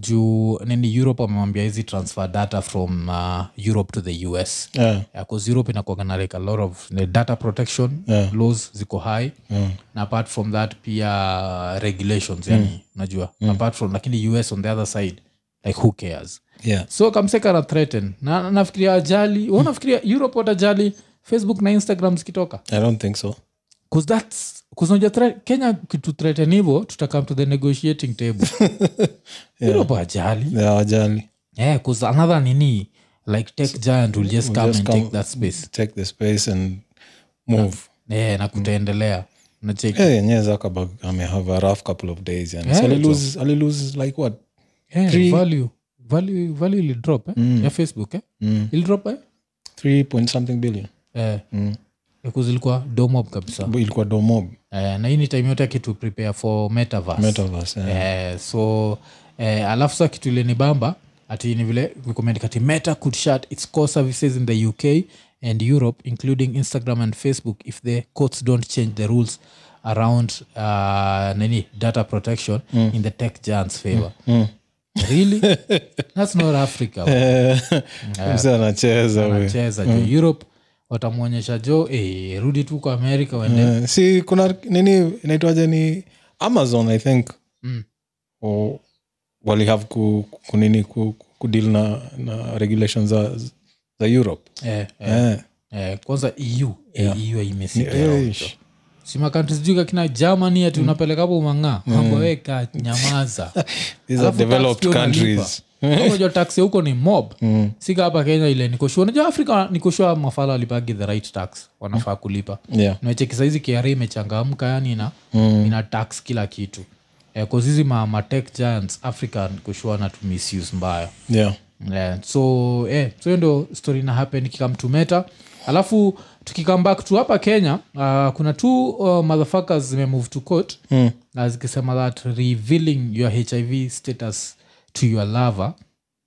juu nini europe amemwambia hizi transfer data from uh, europe to the us
yeah.
because europe inakuaga na like a lot of the data protection yeah. laws ziko high yeah. na apart from that pia uh, regulations yani mm. unajua mm. apart from lakini us on the other side like who cares
Yeah.
so kamseka na threaten na na- nafikiria ajali mm. nafikiria europe watajali facebook na instagram zikitoka
i don't think so
Cause that's cause unajua thre- kenya kitu threaten hivo tutakam to the negotiating table europe ajali
Yeah, hawajali
yeah, cause another nini like tech giant will just come
just
and
come-
take that space
take the space and move
yeah, Eh, na kutaendelea nacheki
yeah. yenyewe zakabag amehave a rough couple of days yani. So alilose- alilose like what
yeah, Eh, value value value ilidrop eh? ya facebook eh? ilidrop eh?
3 point something billion
eh. Because ilikuwa domob kabisa
Bu- ilikuwa domob
eh, na hii ni time yote kitu prepare for metaverse,
metaverse yeah.
Eh, so eh, alafu sa kitu ile ni bamba ati ni vile kumeandika ati meta could shut its core services in the uk and europe including instagram and facebook if the courts don't change the rules around uh, nini data protection in the tech giants favor really that's not africa
Eh.
wa
Mzee anacheza we.
cheza jo europe watamwonyesha jo eh, rudi tu kwa america uende
Eh, si kuna nini inaitwaje ni amazon i think
Mm.
O- walihave ku, kunini ku, kudeal na, na regulations za, za europe
eh, eh,
Eh,
eh, kwanza eu yeah. eu
Ni-
imesika
eish.
simakantizijuu kina germany
Mm.
ati unapeleka hapo umang'aa mambo weka nyamaza
These are
Alafu tax
developed
pia unalipa.
countries Mm.
Kama unajua tax ya huko ni mob sika hapa kenya ile nikoshua unajua afrika nikoshua mafala walipagi the right tax wanafaa kulipa
yeah. Mm.
nacheki sahizi kra imechangamka yani ina, ina tax kila kitu Eh, 'cause hizi ma, ma tech giants africa kushua na tu misuse mbaya
Yeah.
yeah. so eh, so hiyo ndo story na happen kikam to meta alafu tukikam back to hapa kenya uh, kuna two uh, motherfuckers zimemove to court mm. na zikisema that revealing your hiv status to your lover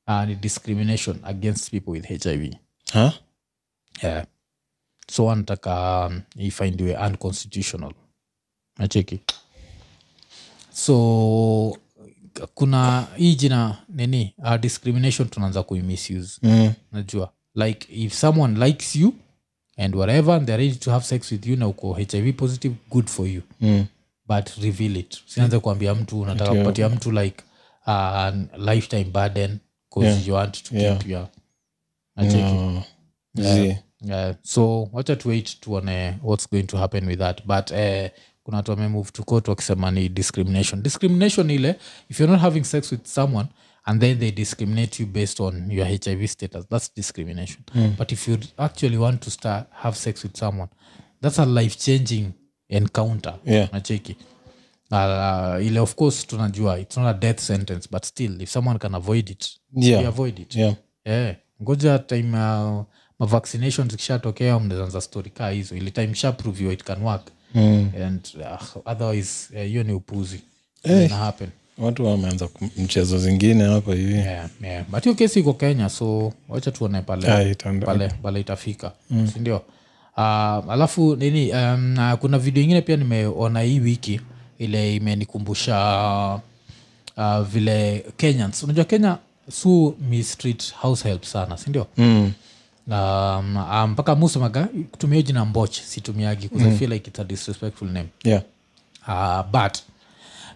uh, ni discrimination against people with hiv
Huh?
yeah. so wanataka um, ifindiwe unconstitutional nacheki so kuna hii jina nini uh, discrimination tunaanza kuimisuse
Mm.
najua like if someone likes you and whatever and they're ready to have sex with you na uko hiv positive good for you
Mm.
but reveal it sianze kuambia mtu unataka
Yeah.
kupatia mtu like uh, lifetime burden cause
Yeah.
you want to
Yeah.
keep your nacheki
No. Zii.
Yeah, Uh, so wacha tuwait tuone what's going to happen with that but eh, kuna watu wamemove to court wakisema ni discrimination discrimination ni ile if you're not having sex with someone and then they discriminate you based on your hiv status that's discrimination
Hmm.
but if you actually want to start have sex with someone that's a life changing encounter
Yeah.
nacheki uh, ile of course tunajua it's not a death sentence but still if someone can avoid it
Yeah.
we avoid it
Yeah.
Eh, ngoja time uh, mavaccination zikishatokea mnaanza stori kaa hizo ili time ah, shaproviwa it can work mm. and uh, otherwise eh, hiyo ni upuzi hey. na happen
watu wameanza ku- mchezo zingine hapa hivi
yeah, yeah. but hiyo kesi iko kenya so wacha tuone
Ah,
pale
itaenda-
pale, pale itafika mm. sindio uh, alafu nini um, na kuna video ingine pia nimeona hii wiki ile imenikumbusha uh, vile kenyans unajua kenya su mistreat house help sana sindio mm. um, um, mpaka musemaga kutumia hiyo jina mboch situmiagi mm. i feel like it's a disrespectful name
yeah.
uh, but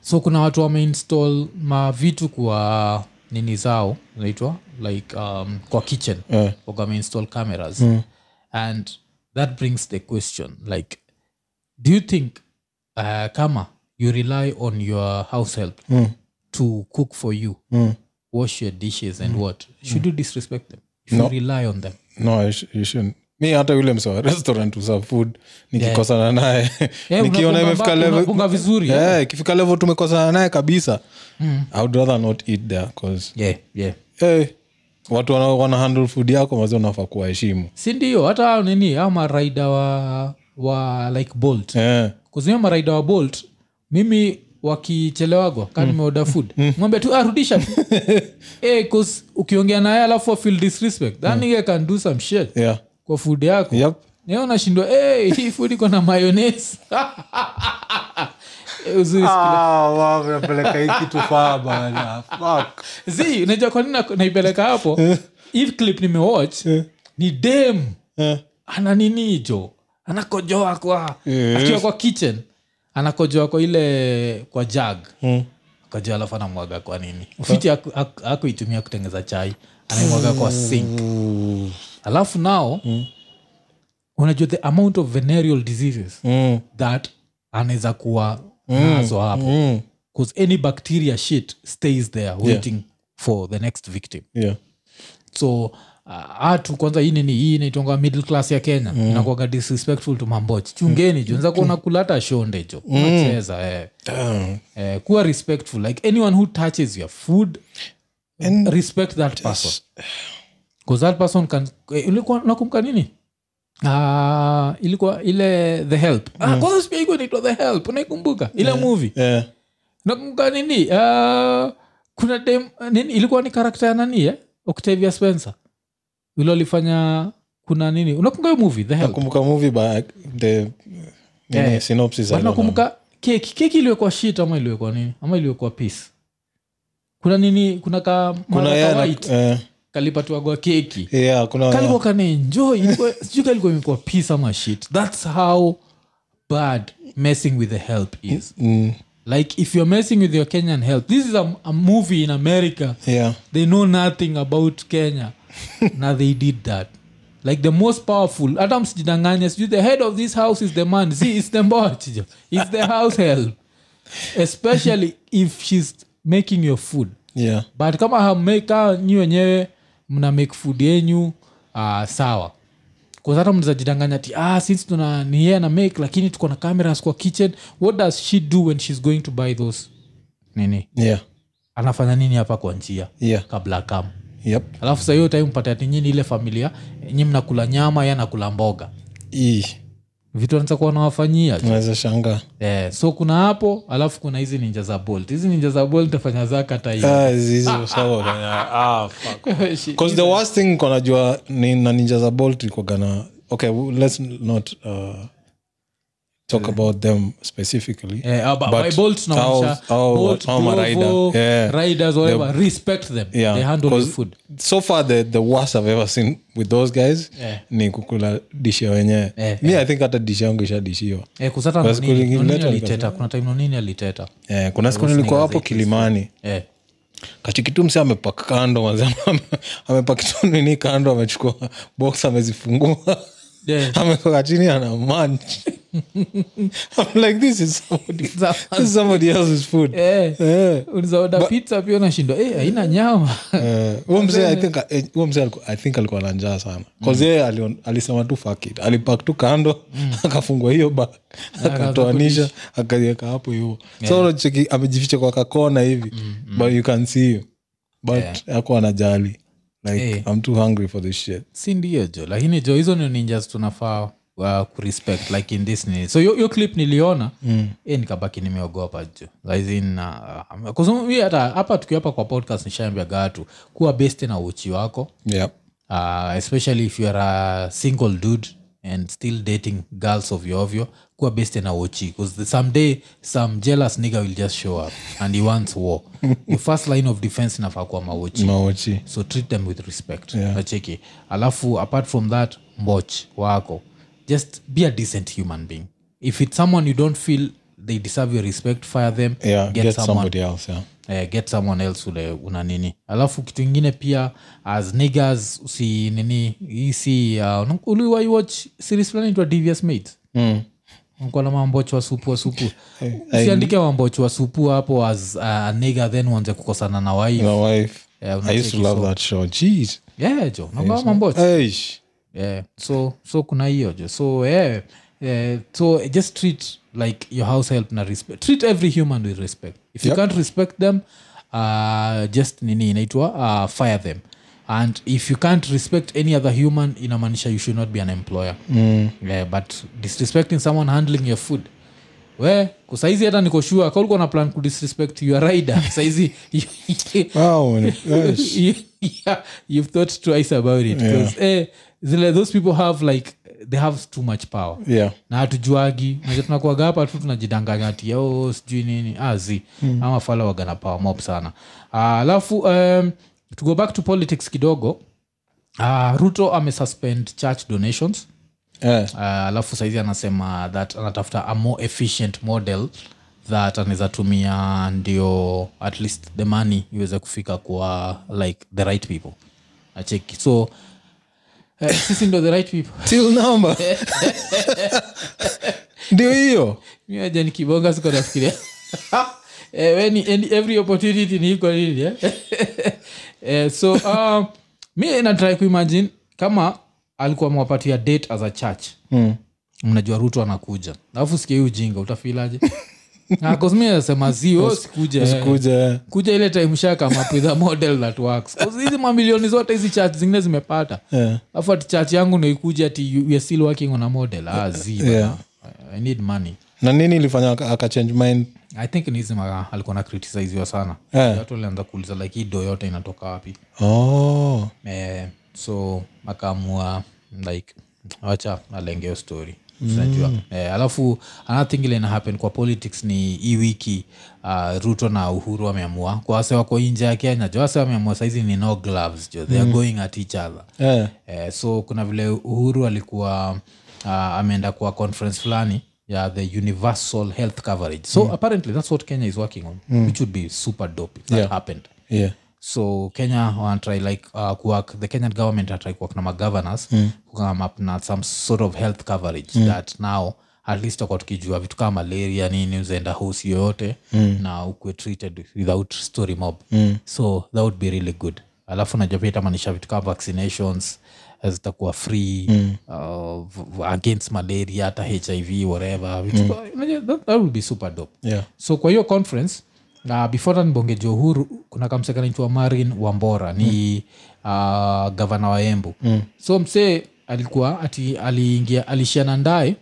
so kuna watu wameinstall mavitu kwa nini zao naitwa like um, kwa kitchen
Yeah.
wameinstall cameras mm. and that brings the question like do you think uh, kama you rely on your house help
Mm.
to cook for you
Mm.
wash your dishes and what should you disrespect them if
No.
you rely on them
no you sh- you shouldn't. mi hata yule msewa restaurant usa food nikikosana naye
Yeah,
nikiona
unapunga
imefika
ba-
level
unapunga vizuri, eh? Hmm.
Yeah, ikifika level tumekosana naye kabisa i would rather not eat there 'cause,
yeah, yeah.
eh, watu wana, wana handle food yako mazi unafaa kuwaheshimu
si ndio hata nini au maraida wa, wa like bolt
yeah.
kuzima maraida wa bolt mimi wakichelewagwa kaa
Mm.
nimeoda food mwambia tu arudisha hey, ukiongea naye alafu afil disrespect thanige can do some shit
Mm. Yeah.
kwa food yako
Yep.
Yeye unashindwa hey, hii food iko na Eh, mayones
Ah.
Ah, wamepeleka hii kitu faa bana Fuck.
zi unajua kwa nini na- naipeleka hapo
Eh.
hii clip nimewatch ni dem
Yeah.
ana nini jo anakojoa kwa
Yes.
akiwa kwa kitchen anakojoa kwa ile kwa jag
hmm,
mm. kajoa alafu anamwaga kwa nini ufiti aku- aku- akuitumia kutengeza chai anaimwaga kwa sink alafu nao mm. unajua the amount of venereal diseases
Mm.
that anaweza kuwa nazo hapo
Mm.
because any bacteria shit stays there waiting for the next victim
Yeah.
so uh, hatu kwanza hii nini hii inaitonga middle class ya kenya mm. inakuaga disrespectful to mamboch chungeni jo nza kuona kulata shonde jo nacheza eh.
Damn.
eh, kuwa respectful like anyone who touches your food
And-
respect that person because that person can eh, ilikuwa nakumbuka nini Ah, ilikuwa ile the help Ah, kwanza sipia iko inaitwa the help unaikumbuka ile movie
Mm. Yeah.
nakumbuka nini uh, kuna dem, nini ilikuwa ni karakta ya nani eh? octavia spencer ule alifanya kuna nini unakumbuka hiyo movie the help
nakumbuka movie ba the nini,
Yeah.
synopsis I
But
don't know.
nakumbuka keki keki iliwekwa shit ama iliwekwa nini ama iliwekwa peace kuna nini kuna ka
kuna
mara
yeye
ka
ana-
white
eh,
kalipatiwagwa keki
yeah, kuna-
kalikuwa kanaenjoy ilikuwa- sijui kalikuwa imekuwa peace ama shit thats how bad messing with the help is
Mm,
like if you're messing with your kenyan help this is a, a movie in america
yeah.
they know nothing about kenya na they did that like the most powerful hata msijidanganye sijui the head of this house is the man see it's the mbot it's the house help especially if she's making your food
Yeah.
but kama hameka nyi wenyewe mna make food yenyu uh, sawa kuzata mnazajidanganya ti ah, since tuna ni yeye ana make lakini tuko na cameras kwa kitchen what does she do when she's going to buy those nini
Yeah.
anafanya nini hapa kwa njia
Yeah.
kabla kam
Yep.
alafu sa hiyo time mpate ati nyini ile familia nyi mnakula nyama ye anakula mboga
Ii,
vitu anaweza kuwa nawafanyia
unaweza shangaa
eh, so kuna hapo alafu kuna hizi ninja za bolt hizi ninja za bolt tafanya zaka
Ah, hizi- hizi sawa, ah, ah, fuck. 'Cause the worst thing konajua ni na ninja za bolt ilikuwaga na okay w- let's not uh, talk about them specifically
Eh, ah,
But how- how- how maraider, yeah. Yeah, 'cause
taiabolt
so far the, the worst i've ever seen with those guys
Yeah.
ni kukula dishia wenyewe
Yeah,
mi i think hata dishi yangu ishadishiwa
Eh,
Kwa siku nyingine leta
kusataliteta kuna time nonini aliteta
yeah, Eh, kuna siku nilikuwa hapo kilimani
eh.
kachikitumsi amepaka kando mazama amepakitunini kando amechukua box amezifungua
Yeah.
ameweka chini ana munch. I'm like this is somebody, this is somebody else's food
Eh.
Eh.
ulizaoda pizza pia unashindwa eh, haina nyama
Eh, huyo mzee I think- eh, huyo mzee alikuwa- I think alikuwa na njaa sana Cause yeye alion- alisema tu fuck it alipak tu kando akafungua hiyo ba akatoanisha akaiweka hapo hivo so unacheki, amejificha kwa kakona hivi but you can see you. but hakuwa anajali like
Eh.
i'm too hungry for this shit
si ndio jo lakini jo hizo ni ninjas tunafaa uh, kurespect like in this ni so hiyo hiyo clip niliona mm. e nikabaki nimeogopa ju uh, hata hapa tukiwa hapa kwa podcast nishaambia gatu kuwa best na uchi wako
yeah.
uh, especially if youare a single dude and still dating girls of yovyo kuwa best na wochi because someday some jealous nigger will just show up and he wants war your first line of defense inafaa kuwa mawochi
maochi
so treat them with respect yeah. nacheki alafu apart from that mboch wako just be a decent human being if it's someone you don't feel they deserve your respect fire them
yeah, get, somebody else yeah.
eh, get someone else ule una nini alafu kitu ingine pia as niggers usi nini isi uh, uliwai watch series fulani itwa devious mates mm mkona mambocho wasupu wasupu siandike mambocho wasupu hapo as uh, a nigger then uanze kukosana na wai
my wife
Yeah,
i used
unacheki,
to love that show jeez
yeah, jo nagaa mambocho
Eish.
yeah. so so kuna hiyo jo so yeah, yeah. so just treat like your house help na respect treat every human with respect if you
Yep.
can't respect them uh, just nini inaitwa uh, fire them and if you can't respect any other human inamaanisha you should not be an employer mm. yeah, but disrespecting someone handling your food we kusaizi hata niko shua kaulikuwa na plan kudisrespect your rider saizi
Wow, man. Eish.
yeah, you've thought twice about it 'cause, eh, zile those people have like they have too much power
yeah
na hatujuagi naja tunakuaga hapa tu tunajidanganya ti o sijui nini azi mm. ama fala wagana power mob sana Ah, alafu um, to go back to politics kidogo uh, ruto amesuspend church donations
Eh,
Uh, alafu saizi anasema that anatafuta a more efficient model that anaweza tumia ndio at least the money iweze kufika kwa like the right people acheki so uh, sisi ndio the right people
till number ndio hiyo
mi aja nikibonga siko nafikiria Eh, when any- every opportunity ni iko nini eh? Eh, so uh, mi natrai kuimagine kama alikuwa amewapatia date as a church mm. mnajua rutu anakuja alafu sikia hii ujinga utafilaje Ah, kosmi nasema zio sikuja eh
kuja
kuja ile time shakamapitha model that works 'Cause hizi mamilioni zote hizi church zingine zimepata
Yeah.
afu ati church yangu naikuja ati you- you're still working on a model ah, zi bana. I need money
na nini ilifanya aka- akachange mind
i think ni hizi mara alikuwa na criticiziwa sana
Eh.
watu walianza kuuliza like hii do yote inatoka wapi
oh.
eh, so akaamua like wacha alengeo story unajua eh, alafu another thing ile ina happen kwa politics ni hii wiki uh, ruto na uhuru wameamua kwa wase wako nje ya kenya jo wase wameamua saizi ni no gloves jo they are going at each other
Eh.
eh, so kuna vile uhuru alikuwa uh, ameenda kwa conference fulani ya the universal health coverage so apparently that's what kenya is working on which would be super dope if that
Yeah.
happened
yeah.
so kenya wanatry like uh, kuwork the kenyan government atry kuwork na magovernors kukam up na some sort of health coverage that now at least akwa tukijua vitu kama malaria nini uzaenda hosi yoyote na ukue treated without story mob so that would be really good alafu najua pia itamaanisha vitu kama vaccinations eh, zitakuwa free uh, v- v- against malaria hata hiv whatever vitu ka- unajua, that, that would be super dope
Yeah.
so kwa hiyo conference uh, before tan bongeji uhuru kuna kamsekanaitwa marin wambora ni mm. uh, gavana wa embu mm. so msee alikuwa ati aliingia alishiana ndaye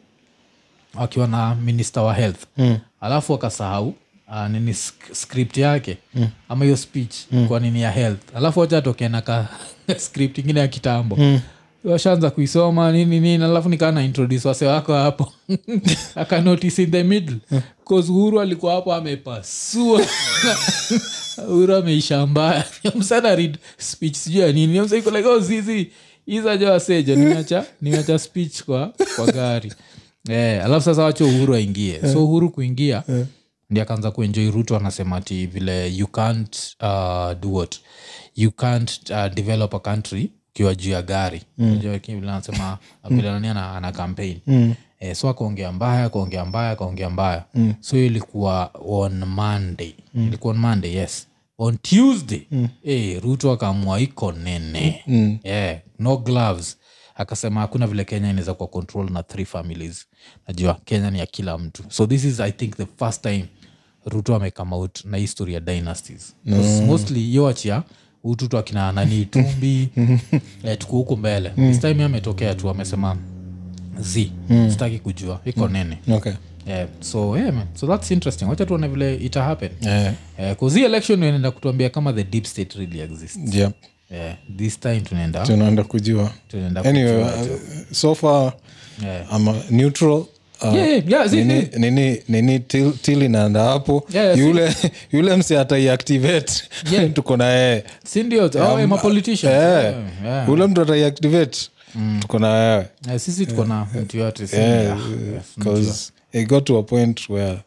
akiwa na minista wa health mm. alafu akasahau uh, nini sk- script yake mm. ama hiyo speech mm. kwa nini ya health alafu wacha atokee na ka script ingine ya kitambo mm washaanza kuisoma nini nini alafu nikaa na introduce wase wako hapo akanotice in the middle cause uhuru alikuwa hapo amepasua uhuru ameisha mbaya msana read speech sijuu ya nini msaiko like oh zizi izaja wasejo nimeacha nimeacha speech kwa kwa gari Eh, alafu sasa wacho uhuru aingie so uhuru kuingia ndi akaanza kuenjoi ruto anasema ati vile you can't uh, do what you can't uh, develop a country ukiwa juu ya gari Unajua ki- vile anasema vile nani ana, ana campaign eh, so akaongea mbaya akaongea mbaya akaongea mbaya so hiyo ilikuwa on monday ilikuwa on monday yes on tuesday eh, ruto akaamua iko nene yeah, no gloves akasema hakuna vile kenya inaweza kuwa control na three families najua kenya ni ya kila mtu so this is i think the first time ruto amekame out na history ya dynasties mm. mostly yoachia ututu akina nani tumbi eh, tuko huku mbele this time yeye ametokea tu amesema z
Hmm.
mm. sitaki kujua iko nene
okay.
yeah. so yeah, man. so thats interesting wacha tuone vile ita happen
yeah.
yeah. kuzi election inaenda kutuambia kama the deep state really exists
yep.
yeah. this time tunaenda
tunaenda kujua
tunaenda
anyway,
kujua.
uh, so far
Yeah.
I'm a neutral uh,
Yeah, yeah, yeah, zi-
nini- nini nini til, til inaenda hapo
Yeah, yeah,
yule yule msi ataiactivate
Yeah.
tuko na yeye
si ndio oh,
Um,
mapolitician
eh,
yeah. yeah. Mm.
ule mtu ataiactivate tuko na wewe
Eh, sisi tuko na mtu yote si-
Yeah,
ah,
yeah, 'cause it got to a point where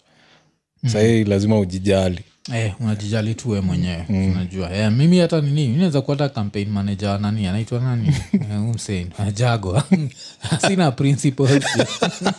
sahii lazima ujijali
Eh, unajijali tu we mwenyewe unajua eh, mimi hata nini mi naweza kuwa hata campaign manager wa nani anaitwa nani Eh, umsein jago sina principles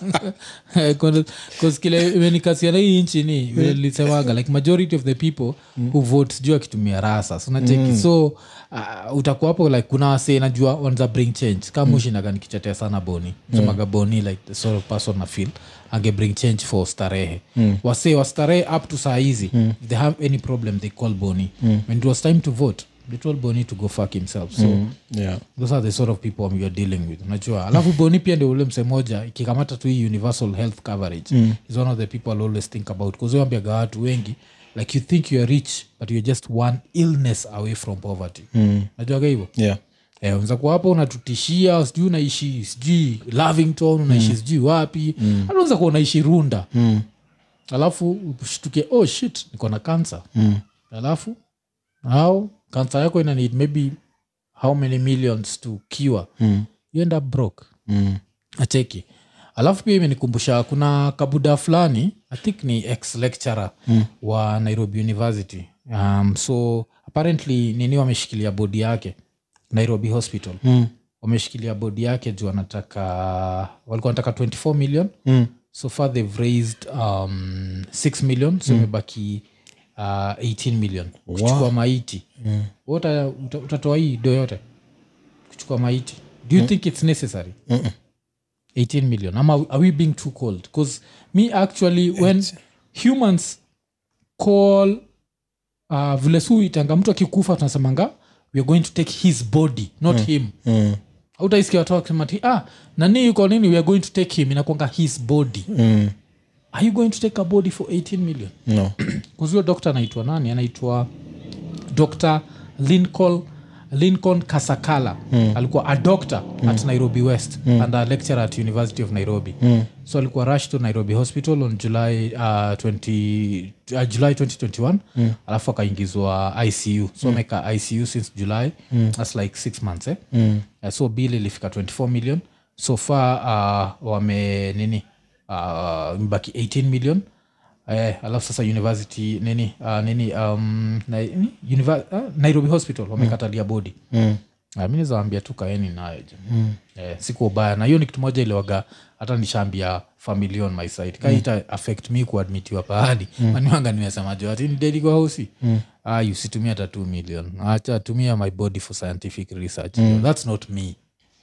Eh, kwa- 'cause kile imenikasia na hii nchi ni vile nilisemaga like majority of the people who vote sijuu akitumia rasa sunacheki so uh, utakuwa hapo like kuna wasee najua wanza bring change kama ushinaga nikichetea sana boni semaga boni like the sort of person na feel ange bring change for starehe mm. wasee wastarehe up to saa hizi mm. if they have any problem they call boni mm. when it was time to vote they told boni to go fuck himself so mm
yeah.
those are the sort of people you're dealing with unajua alafu boni pia ndio ule mse moja ikikamata tu hii universal health coverage mm. is one of the people I'll always think about kuzoambiaga watu wengi like you think youare rich but you're just one illness away from poverty mm. najuaga hivyo
yeah.
Eh, unaweza kuwa hapo unatutishia sijui unaishi sijui lavington unaishi mm. sijui wapi mm. unaweza kuwa unaishi runda mm. alafu ushtuke oh shit niko na kansa mm. alafu au kansa yako ina need maybe how many millions to cure mm. you end up broke
Mm.
acheki alafu pia imenikumbusha kuna kabuda fulani i think ni ex lecturer mm. wa nairobi university um, so apparently nini wameshikilia bodi yake nairobi hospital mm. wameshikilia bodi yake juu wanataka walikuwa wanataka 24 million mm. so far they've raised um, 6 million so imebaki uh, 18 million kuchukua maiti mm. uta, uta, utatoa hii do yote kuchukua maiti do you mm. think it's necessary mm. 18 million am I- are we being too cold because me actually when humans call uh, vile suitanga mtu akikufa tunasemanga weare going to take his body not mm. him
Mm.
autaiskia watu wakisema ti ah nani yuko nini weare going to take him inakwanga his body
Mm.
are you going to take a body for 18 million
no
kuzio dokta anaitwa nani anaitwa dr lincoln lincoln kasakala mm. alikuwa a doctor mm. at nairobi west mm. and a lecturer at university of nairobi mm. so alikuwa rush to nairobi hospital on july, uh, 20, uh, july 2021 mm. alafu akaingizwa icu so mm. ameka icu since july mm. thats like six months eh? mm. uh, so bill ilifika 24 million so far uh, wame nini uh, mbaki 18 million eh, alafu sasa university nini uh, nini um, na, nini? Univer- ah, nairobi hospital wamekatalia bodi mm. mi nizaambia tu kaeni nayo je mm. eh, siku ubaya na hiyo ni kitu moja iliwaga hata nishaambia family on my side ka ita affect me kuadmitiwa pahali mm. maniwanga nimesemaje ati ni dedi kwa hosi mm. ah, usitumia hata 2 million acha tumia my body for scientific research that's not me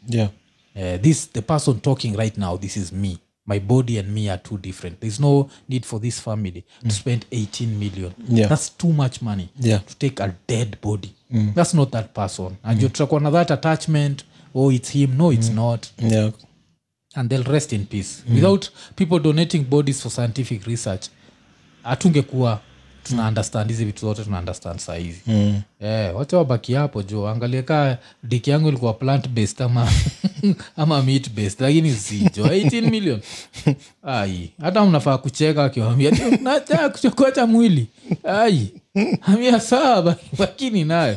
yeah
uh, this the person talking right now this is me my body and me are two different there's no need for this family to spend 18 million
Mm. Yeah.
that's too much money
Yeah. Mm.
to take a dead body that's not that person and you track on that attachment oh it's him no
Mm.
it's not
yeah
and they'll rest in peace without people donating bodies for scientific research hatungekuwa tuna understand hizi vitu zote tuna understand sahizi mm. yeah, wacha wabaki hapo jo angalie kaa diki yangu ilikuwa plant based ama, ama meat based lakini zijo 18 million ai hata mnafaa kucheka akiwambia nataka kuchukua cha mwili ai amia sawa baki- bakini nayo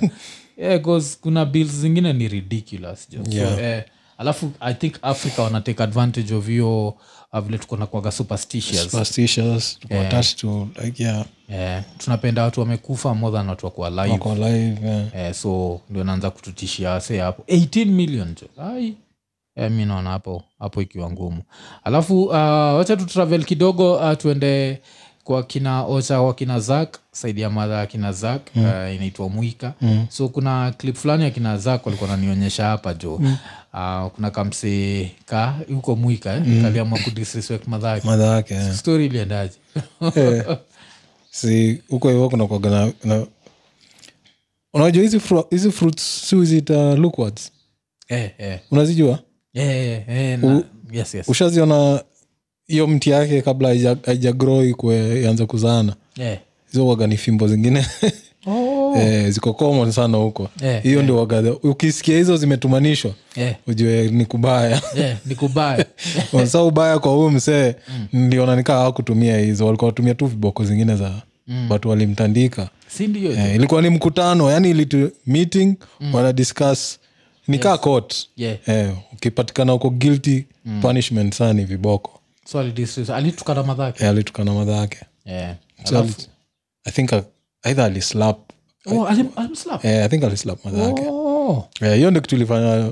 yeah, 'cause kuna bills zingine ni ridiculous jo so,
Yeah.
eh, alafu i think africa wanatake advantage of hiyo uh, vile tuko na kuaga superstitious
superstitious tuko attached to like yeah
eh, tunapenda watu wamekufa more than watu wako alive
wako live yeah.
eh, so ndio naanza kututishia wase hapo 18 million tu. ai eh, mi naona hapo hapo ikiwa ngumu alafu uh, wacha tu travel kidogo uh, tuende kwa kina ocha wa kina zak saidi ya madha ya kina zak mm. uh, inaitwa mwika mm. so kuna clip fulani ya kina zak walikuwa nanionyesha hapa jo mm. uh, kuna kamse ka huko mwika eh? mm. kaliamwa kudisrespect madhake
madha yake yeah.
stori iliendaje
si huko hivo kuna kwaga na, na unajua hizi fru, hizi fruits si huziita lookwards
eh, eh.
unazijua
Eh, eh, na-
U-
yes, yes.
ushaziona hiyo mti yake kabla haija- haijagro ikwe ianze kuzaana
Eh.
hizo waga ni fimbo zingine
Oh.
eh, ziko common sana huko hiyo
Eh,
ndio waga ukisikia hizo zimetumanishwa
Eh.
ujue ni kubaya
Eh, ni kubaya
sa ubaya kwa huyu msee
Mm.
niliona nikaa hawakutumia hizo walikuwa watumia tu viboko zingine za
Mm.
watu walimtandika
si ndio
eh, ilikuwa ni mkutano yani ilitu meeting wana discuss nikaa court
Mm. Yeah. Mm.
eh, ukipatikana huko guilty punishment sana ni viboko
so alidismiss- alitukana madhake
eh, alitukana madha yake
Eh.
so, ali- i think a- either alislap
Oh, alim- alimslap.
eh, i think alislap madha yake
Oh.
Eh, hiyo ndio kitu ilifanya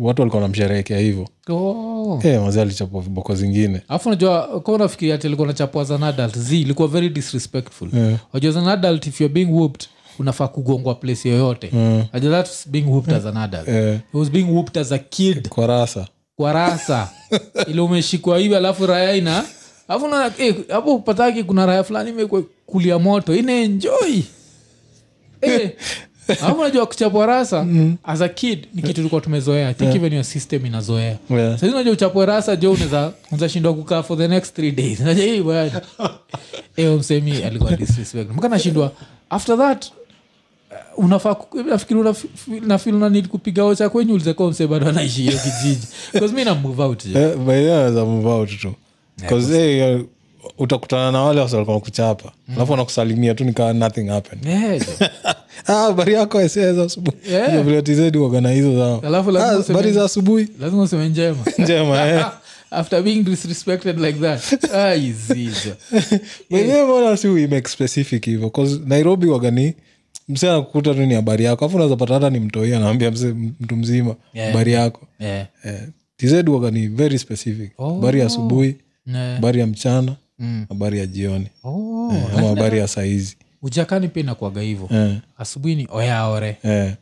watu walikuwa namsherehekea hivyo
Oh.
eh, mazee alichapwa viboko zingine
alafu unajua ka unafikiria ati ilikuwa nachapwa as an adult z ilikuwa very disrespectful yeah. as an adult if you're being whooped unafaa kugongwa place yoyote yeah. that's being whooped as an adult yeah. was being whooped as a kid
kwa rasa
kwa rasa ili umeshikwa hivi alafu raya ina alafu unaona eh, hapo upataki kuna raya fulani imekwe kulia moto ina enjoy Eh, alafu unajua kuchapwa rasa as a kid ni kitu tulikuwa tumezoea I think even your system inazoea
Yeah.
saizi unajua uchapwe rasa jo unaweza unaweza shindwa kukaa for the next three days Unajua hii bwana eo Eh, msemi alikuwa disrespect mpaka nashindwa after that uh, unafaa ku- nafikiri nafilnanid kupiga ocha kwenyu ulizekuwa mse bado anaishi hiyo kijiji bcause mi namove out jo.
Eh, by the way, anaweza move out tu 'Cause, eh, eh, utakutana na wale wasa walikuwa wanakuchapa
Mm.
alafu wanakusalimia tu nikaa nothing happened
Yeah, jo.
Ah, habari yako aisee za asubuhi
Yeah.
Hizo vile TZ huwaga na hizo zao
Alafu lazima
Ah,
useme-
habari za asubuhi
lazima useme njema Ah,
njema eh.
after being disrespected like that Ah, aizizo
By the way, mbona si we make specific hivyo 'Cause nairobi waga ni msee anakukuta tu ni habari yako alafu unaweza pata hata ni mtoi anaambia msee mtu mzima
Yeah.
habari yako
yeah.
eh. TZ waga ni very specific
Oh.
habari ya asubuhi
yeah.
habari ya mchana habari ya jioni
Eh. Mm. oh.
Eh, ama habari ya saizi
ujakani pia inakuaga hivo
Eh,
asubuhi ni oyaore
eh.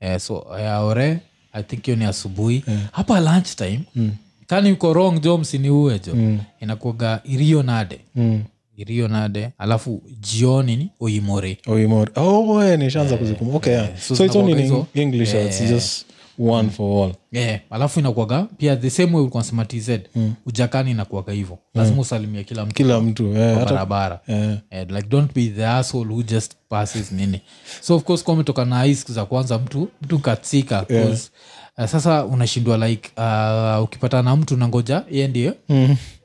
eh, so yaore i think hiyo ni asubuhi hapa lunch time mm. kani uko wrong jo msiniue jo mm. inakuaga irio nade
Mm.
irio nade alafu jioni ni oimore
Oimori. Oh, eh, nishaanza kuzikumbuka. Okay, yeah. So it's only in
Eh, zinakuwa hizo. Eh.
English, it's just one for all.
Yeah, Eh, alafu inakuaga pia the same way ulikuwa nasema tz mm. ujakani inakuaga hivo lazima usalimia kila mtu
Kila mtu eh,
kwa
hata
barabara
eh,
Eh, like don't be the asshole who just passes nini so of course kometoka na hii siku za kwanza mtu mtu katsika 'cause, uh, sasa unashindwa like uh, ukipata na mtu nangoja ye ndio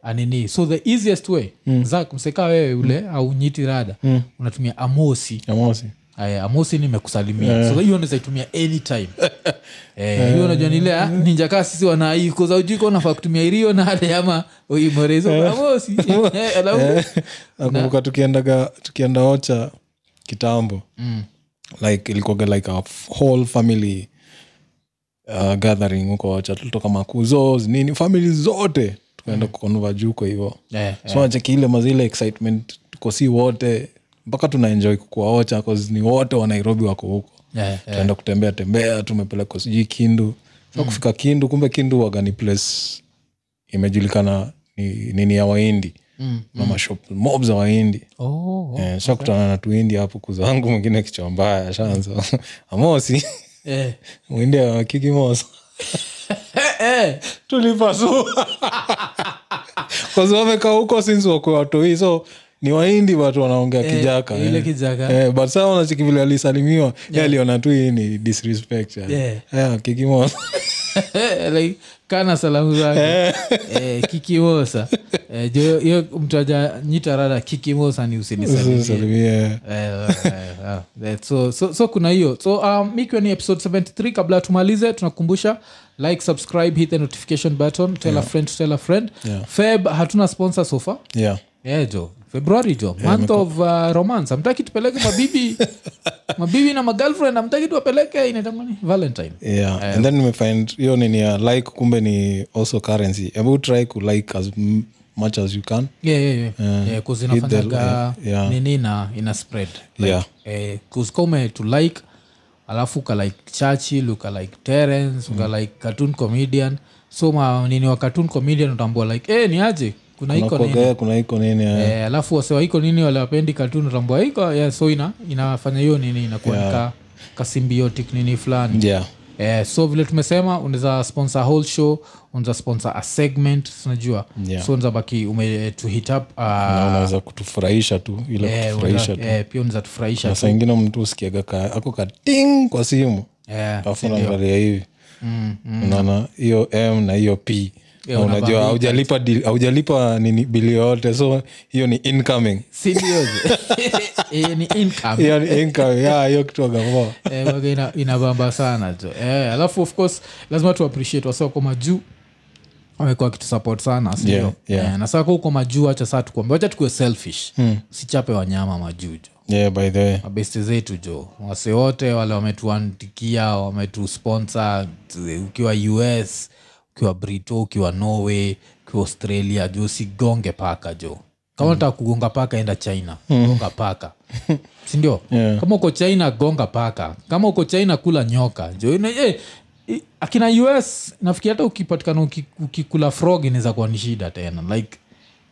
anini so the easiest way mm. mseka wewe ule au nyiti rada unatumia amosi
Amosi.
Aya, amosi nimekusalimia so hiyo unaweza itumia anytime Eh, hiyo unajua nile ah, ninja kaa sisi wanaikozaujiko nafaa kutumia irio nale ama oimorezo amosi Eh, alafu
nakumbuka tukiendaga tukienda ocha kitambo
Mm.
like ilikuwaga like a whole family uh, gathering huko ocha tulitoka makuzos nini famili zote tukaenda
Mm.
kukonva juko hivo
Eh,
so nacheki ile mazile excitement tuko si wote mpaka tunaenjoi kukua ocha 'cause ni wote wa nairobi wako huko
Eh,
tunaenda kutembea tembea tumepelekwa sijui kindu sa kufika kindu kumbe kindu waga ni place imejulikana ni nini ya waindi mm, na mashop mob za waindi
Oh,
Eh, so kutana na tuindi hapo kuzangu mwingine kichwa mbaya ashaanza amosi
eh.
mwindi akikimosa
Eh.
tulipasua kwaziwameka huko sinsi wakuwa watoi so ni waindi watu wanaongea kijaka
ile
eh.
kijaka.
Eh, but saa unachiki vile alisalimiwa yeah. aliona tu hii ni disrespect yani.
Yeah.
Eh, kikimosa
Like, kana salamu zake eh, kikimosa Eh, jo- hiyo mtu aja nyita rada kikimosa ni usinisalimie
Salimia.
Eh, eh, eh, eh, so, so, so kuna hiyo so um, ikiwa ni episode 73 kabla tumalize tunakumbusha like subscribe hit the notification button tell a friend to tell a friend
Yeah.
feb hatuna sponsor so far
Yeah.
yeah, jo february jo month of uh, romance amtaki tupeleke mabibi mabibi na magirlfriend amtaki tuwapeleke inaitangani valentine
Yeah. and then nimefind hiyo nini ya like kumbe ni also currency hebu try kulike as m- much as you can
yeah, yeah, yeah. Yeah, 'cause inafanyaga
eh, yeah.
nini na ina spread like,
Yeah.
eh, 'cause kome to like alafu ukalike churchill ukalike terence ukalike cartoon comedian so ma- nini wa cartoon comedian utambua like eh, ni aje kuna iko nini
Kunakuwaga- kuna iko nini eh.
Eh, alafu wasewa iko nini wale wapendi katuni utambua iko yeah, so ina, inafanya hiyo nini inakuwa yeah. ka, ka symbiotic nini fulani
yeah
eh, so vile tumesema unaweza sponsor whole show unaweza sponsor a segment unajua
Yeah.
so unaweza baki ume to hit up uh,
Na unaweza kutufurahisha tu ila
eh,
kutufurahisha
unaweza-
tu
eh, pia unaweza tufurahisha
na saa ingine mtu usikiaga ka, ako kating kwa simu
Eh,
alafu unaangalia hivi unaona hiyo m na Mm, hiyo p Na
unabambika.
unajua haujalipa deal- haujalipa nini bili yoyote so hiyo ni incoming
si ndio? Eh, ni income
hiyo ni incoming yeah, hiyo kitu agavoa
Eh, waga ina- inabamba sana tu eh, alafu of course lazima tuappreciate wasa wako majuu wamekuwa wakitusupport sana sindio
Yeah, yeah. Hmm.
eh, na sako uko majuu hacha saa tukuambia wacha tukuwe selfish mm. sichape wanyama majuu jo
yeah, by the way
mabeste zetu jo wase wote wale wametuandikia wametusponsor t- ukiwa us ukiwa brito ukiwa norway ukiwa australia jo sigonge paka jo kama
Mm.
unataka kugonga paka enda china gonga paka sindio
Yeah.
kama uko china gonga paka kama uko china kula nyoka jo Ina- eh, i- akina us nafikiri hata ukipatikana uki- ukikula frog inaweza kuwa ni shida tena like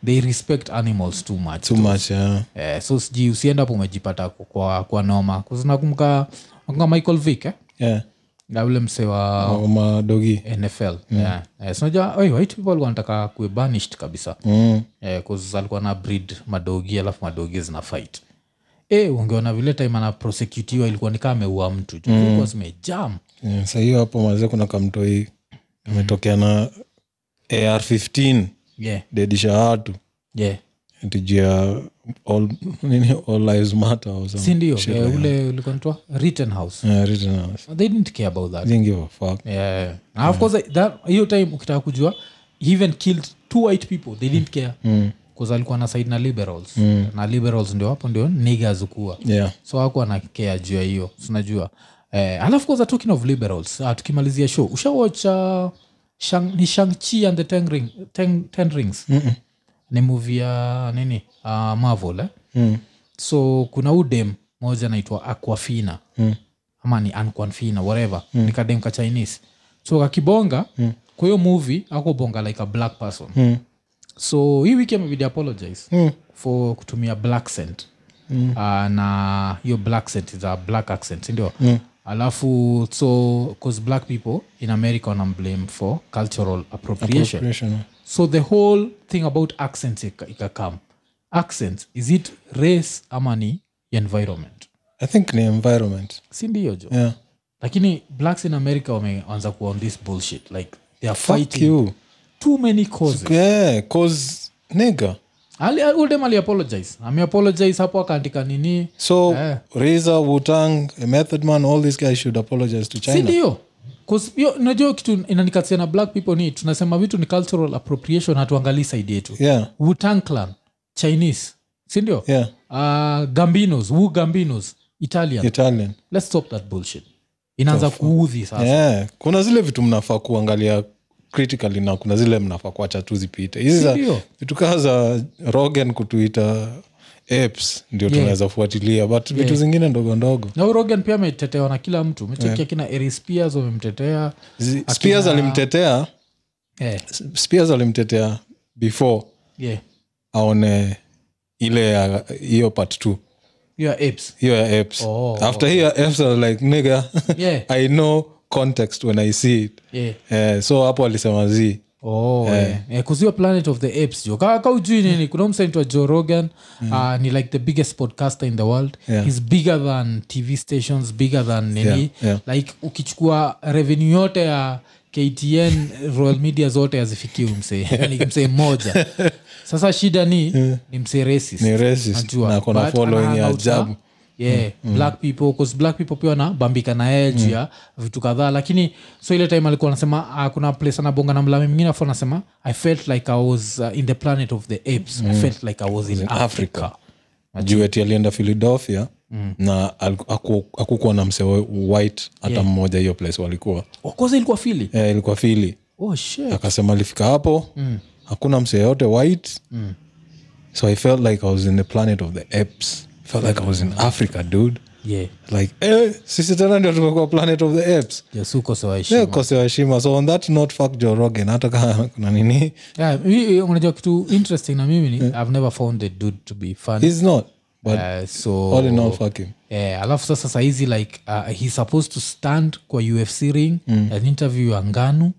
they respect animals too much
too much yeah.
eh, so sijui usienda hapo umejipata ku- kwa, kwa noma nakumka nakumka michael vick eh?
Yeah.
Na ule mse wa
Oh, madogi
nfl yeah. eh, sinajua oi, white people walikuwa wanataka kuwe banished kabisa mm. eh, 'cause alikuwa na breed madogi alafu madogi zina fight e, ungeona vile time anaprosecutiwa ilikuwa nikaa ameua mtu mm. zimejam
yeah, sahiyo hapo mazee kuna kamtoi ametokea na ar15
yeah.
dedisha watu
yeah.
tujia all, nini, all lives matter or some
sindio
shit
eh,
like
ule ulikontoa written house
that. Yeah, written house.
they didn't care about that
Didn't give a fuck.
yeah. And of course that hiyo time ukitaka kujua he even killed two white people they didn't care mm. alikuwa na side na liberals mm. na liberals ndio hapo ndio niggers kuwa
Yeah.
so hakuwa na care juu ya hiyo sinajua eh, alafu kwanza talking of liberals uh, tukimalizia show ushawacha shang, ni shang-chi and the ten, ring, ten, ten rings Mm-mm. ni movie ya nini uh, marvel eh? mm. so kuna udem moja anaitwa aquafina mm. ama ni anquanfina whatever mm. ni kadem ka chinese so kakibonga mm. kwa hiyo movie akubonga like a black person mm. so hii wiki amebidi apologize
Hmm.
mm. for kutumia black scent mm. uh, na hiyo black scent za black accent sindio
Hmm.
mm. alafu so cause black people in america wanamblame for cultural appropriation
Operational.
so the whole thing about accent ikakam accent is it race ama ni environment
i think ni environment
sindiyo jo
yeah.
lakini blacks in america wameanza kuwa on this bullshit like they are
fuck
fighting
you
too many causes
yeah, cause nigga
Ali- uldem aliapologize ameapologize hapo akaandika nini
so razor wutang method man all these guys should apologize to
si
china
ndio 'Cause hiyo- unajua kitu inanikatia na black people ni tunasema vitu ni cultural appropriation hatuangalii side yetu
yeah
Wu-Tang clan chinese si ndio
yeah
uh, gambinos wu gambinos italian
italian
let's stop that bullshit inaanza kuudhi sasa
yeah. kuna zile vitu mnafaa kuangalia critically na kuna zile mnafaa kuacha tu zipite hizi za
Sindio?
vitu kaa za rogen kutuita apes ndio tunaweza fuatilia but vitu zingine ndogo ndogo
na urogan pia ametetewa na kila mtu mechekia kina eris pias wamemtetea
Zi- spears alimtetea
eh,
spears alimtetea before
yeah.
aone ile ya hiyo part t
You are apes.
hiyo ya apes
Oh.
after hiyo ya apes I was like nigga
Yeah.
i know context when i see it
Yeah.
Eh, so hapo alisema z
Oh, eh. Eh, 'cause hiyo planet of the apes jo Ka- ka ujui
Mm.
nini kuna msaitwa joe rogan uh, ni like the biggest podcaster in the world
Yeah.
He's bigger than tv stations bigger than nini
Yeah, yeah.
like ukichukua revenue yote ya ktn royal media zote hazifikii msee yani msee mmoja sasa shida ni ni msee racist
Ni racist,
Najua.
na ako na
But
following
ana-
ya
ana uta-
ajabu.
yeah black people cause black people pia wanabambika na yeye juu ya vitu kadhaa lakini so ile time alikuwa anasema ah, kuna place anabonga na mlami mwingine afu anasema i felt like i was uh, in the planet of the apes i felt like i was Mm. in, africa,
africa juu eti alienda philadelphia
Mm.
na aliku- haku- hakukuwa na mse white hata mmoja hiyo place walikuwa
Of course ilikuwa fili
eh, ilikuwa fili
oh shit
akasema alifika hapo
Mm.
hakuna mse yoyote white so i felt like i was in the planet of the apes felt like i was in africa dude
yeah
like eh, sisi tena ndio tumekuwa planet of the apes
yes uko sawa heshima.
Eh, kosewa heshima so on that note fuck Joe Rogan hata kama kuna nini
eh, yeah, mi- unajua kitu interesting na mimi ni i've never found the dude to be funny
he's not But
uh, so
all in all, fuck him.
eh, alafu sasa sahizi like uh, he's supposed to stand kwa ufc ring mm. an interview ya nganu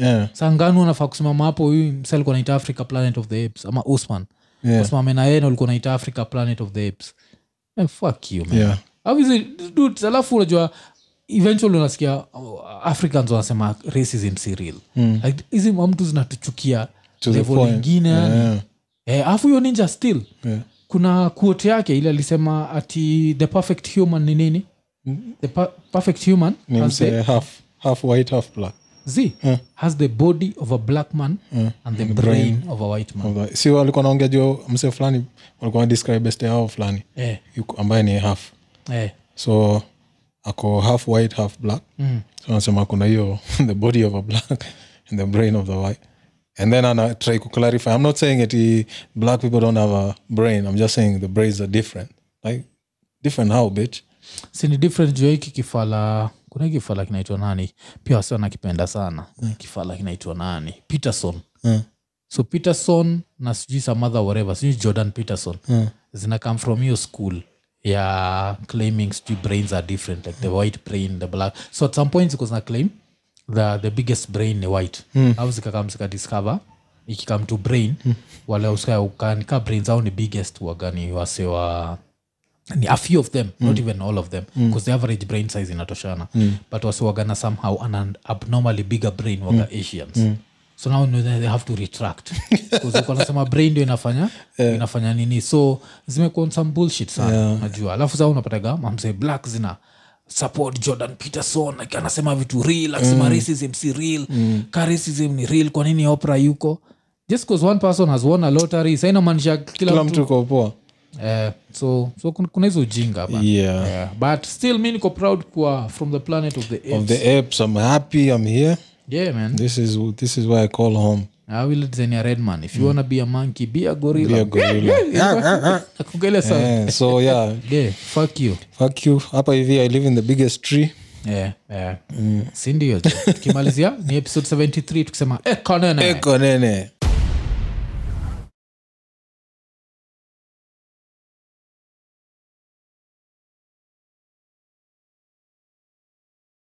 Yeah.
sa nganu anafaa kusimama hapo huyu msa alikuwa naita africa planet of the apes ama usman
Yeah.
usimame na yeye na ulikuwa naita africa planet of the apes Man, fuck you man
Yeah.
Obviously, dudes, alafu unajua eventually unasikia uh, africans wanasema racism si real like, hizi mamtu zinatuchukia
Hmm. To the
level
point.
ingine
Yeah.
Eh, alafu hiyo ninja still kuna kuote yake ile alisema ati the perfect human ni nini the per- perfect human
Hmm. Ni
has the,
mse half, half white, half black.
z has the body of a black man Eh. and the brain of a white man
Although, si walikuwa naongea juu mse fulani walikuwa describe best yao fulani
eh,
yuko- ambaye ni half
eh,
so ako half white half black mm. so anasema kuna hiyo the body of a black and the brain of the white and then ana try to clarify i'm not saying it eh, black people don't have a brain i'm just saying the brains are different like different how bitch
si ni different juu ya hiki kifala kuna hiki kifala kinaitwa nani pia wasi wanakipenda sana kifala kinaitwa nani peterson
Mm.
so peterson na sijui samadha whatever sijui jordan peterson zina come from hiyo school ya claiming sijui brains are different like the white brain the black so at some point ziko zina claim the, the biggest brain ni white au zikakam zikadiscover ikikam to brain wale uskanika brains au ni biggest wagani wasewa ni a few of them not even all of them because the average brain size inatoshana but wasiwagana somehow an abnormally bigger brain waga asians so now no- they have to retract nasema brain ndio inafanya inafanya nini so zimekuwa on some bullshit sana najua alafu saa unapataga mamse black zina support jordan peterson like anasema vitu real akisema racism si real ka racism ni real kwa nini opera yuko just because one person has won a lottery sainamaanisha kila,
kila
mtu
mtu kopoa
Eh, so, so kun- kuna hizo ujinga hapa
Yeah.
Eh, but still mi niko proud kuwa from the planet of the
of
apes.
the apes i'm happy i'm here
yeah man
this is this is why i call home
i will design a red man if you wanna be a monkey be a gorilla
Mm. Be a gorilla.
Akongele sana.
Eh, so yeah
yeah fuck you
fuck you hapa hivi i live in the biggest tree
yeah,
Mm. Eh,
yeah. sindio tukimalizia ni episode 73 tukisema "Eh, ekonene
Eko nene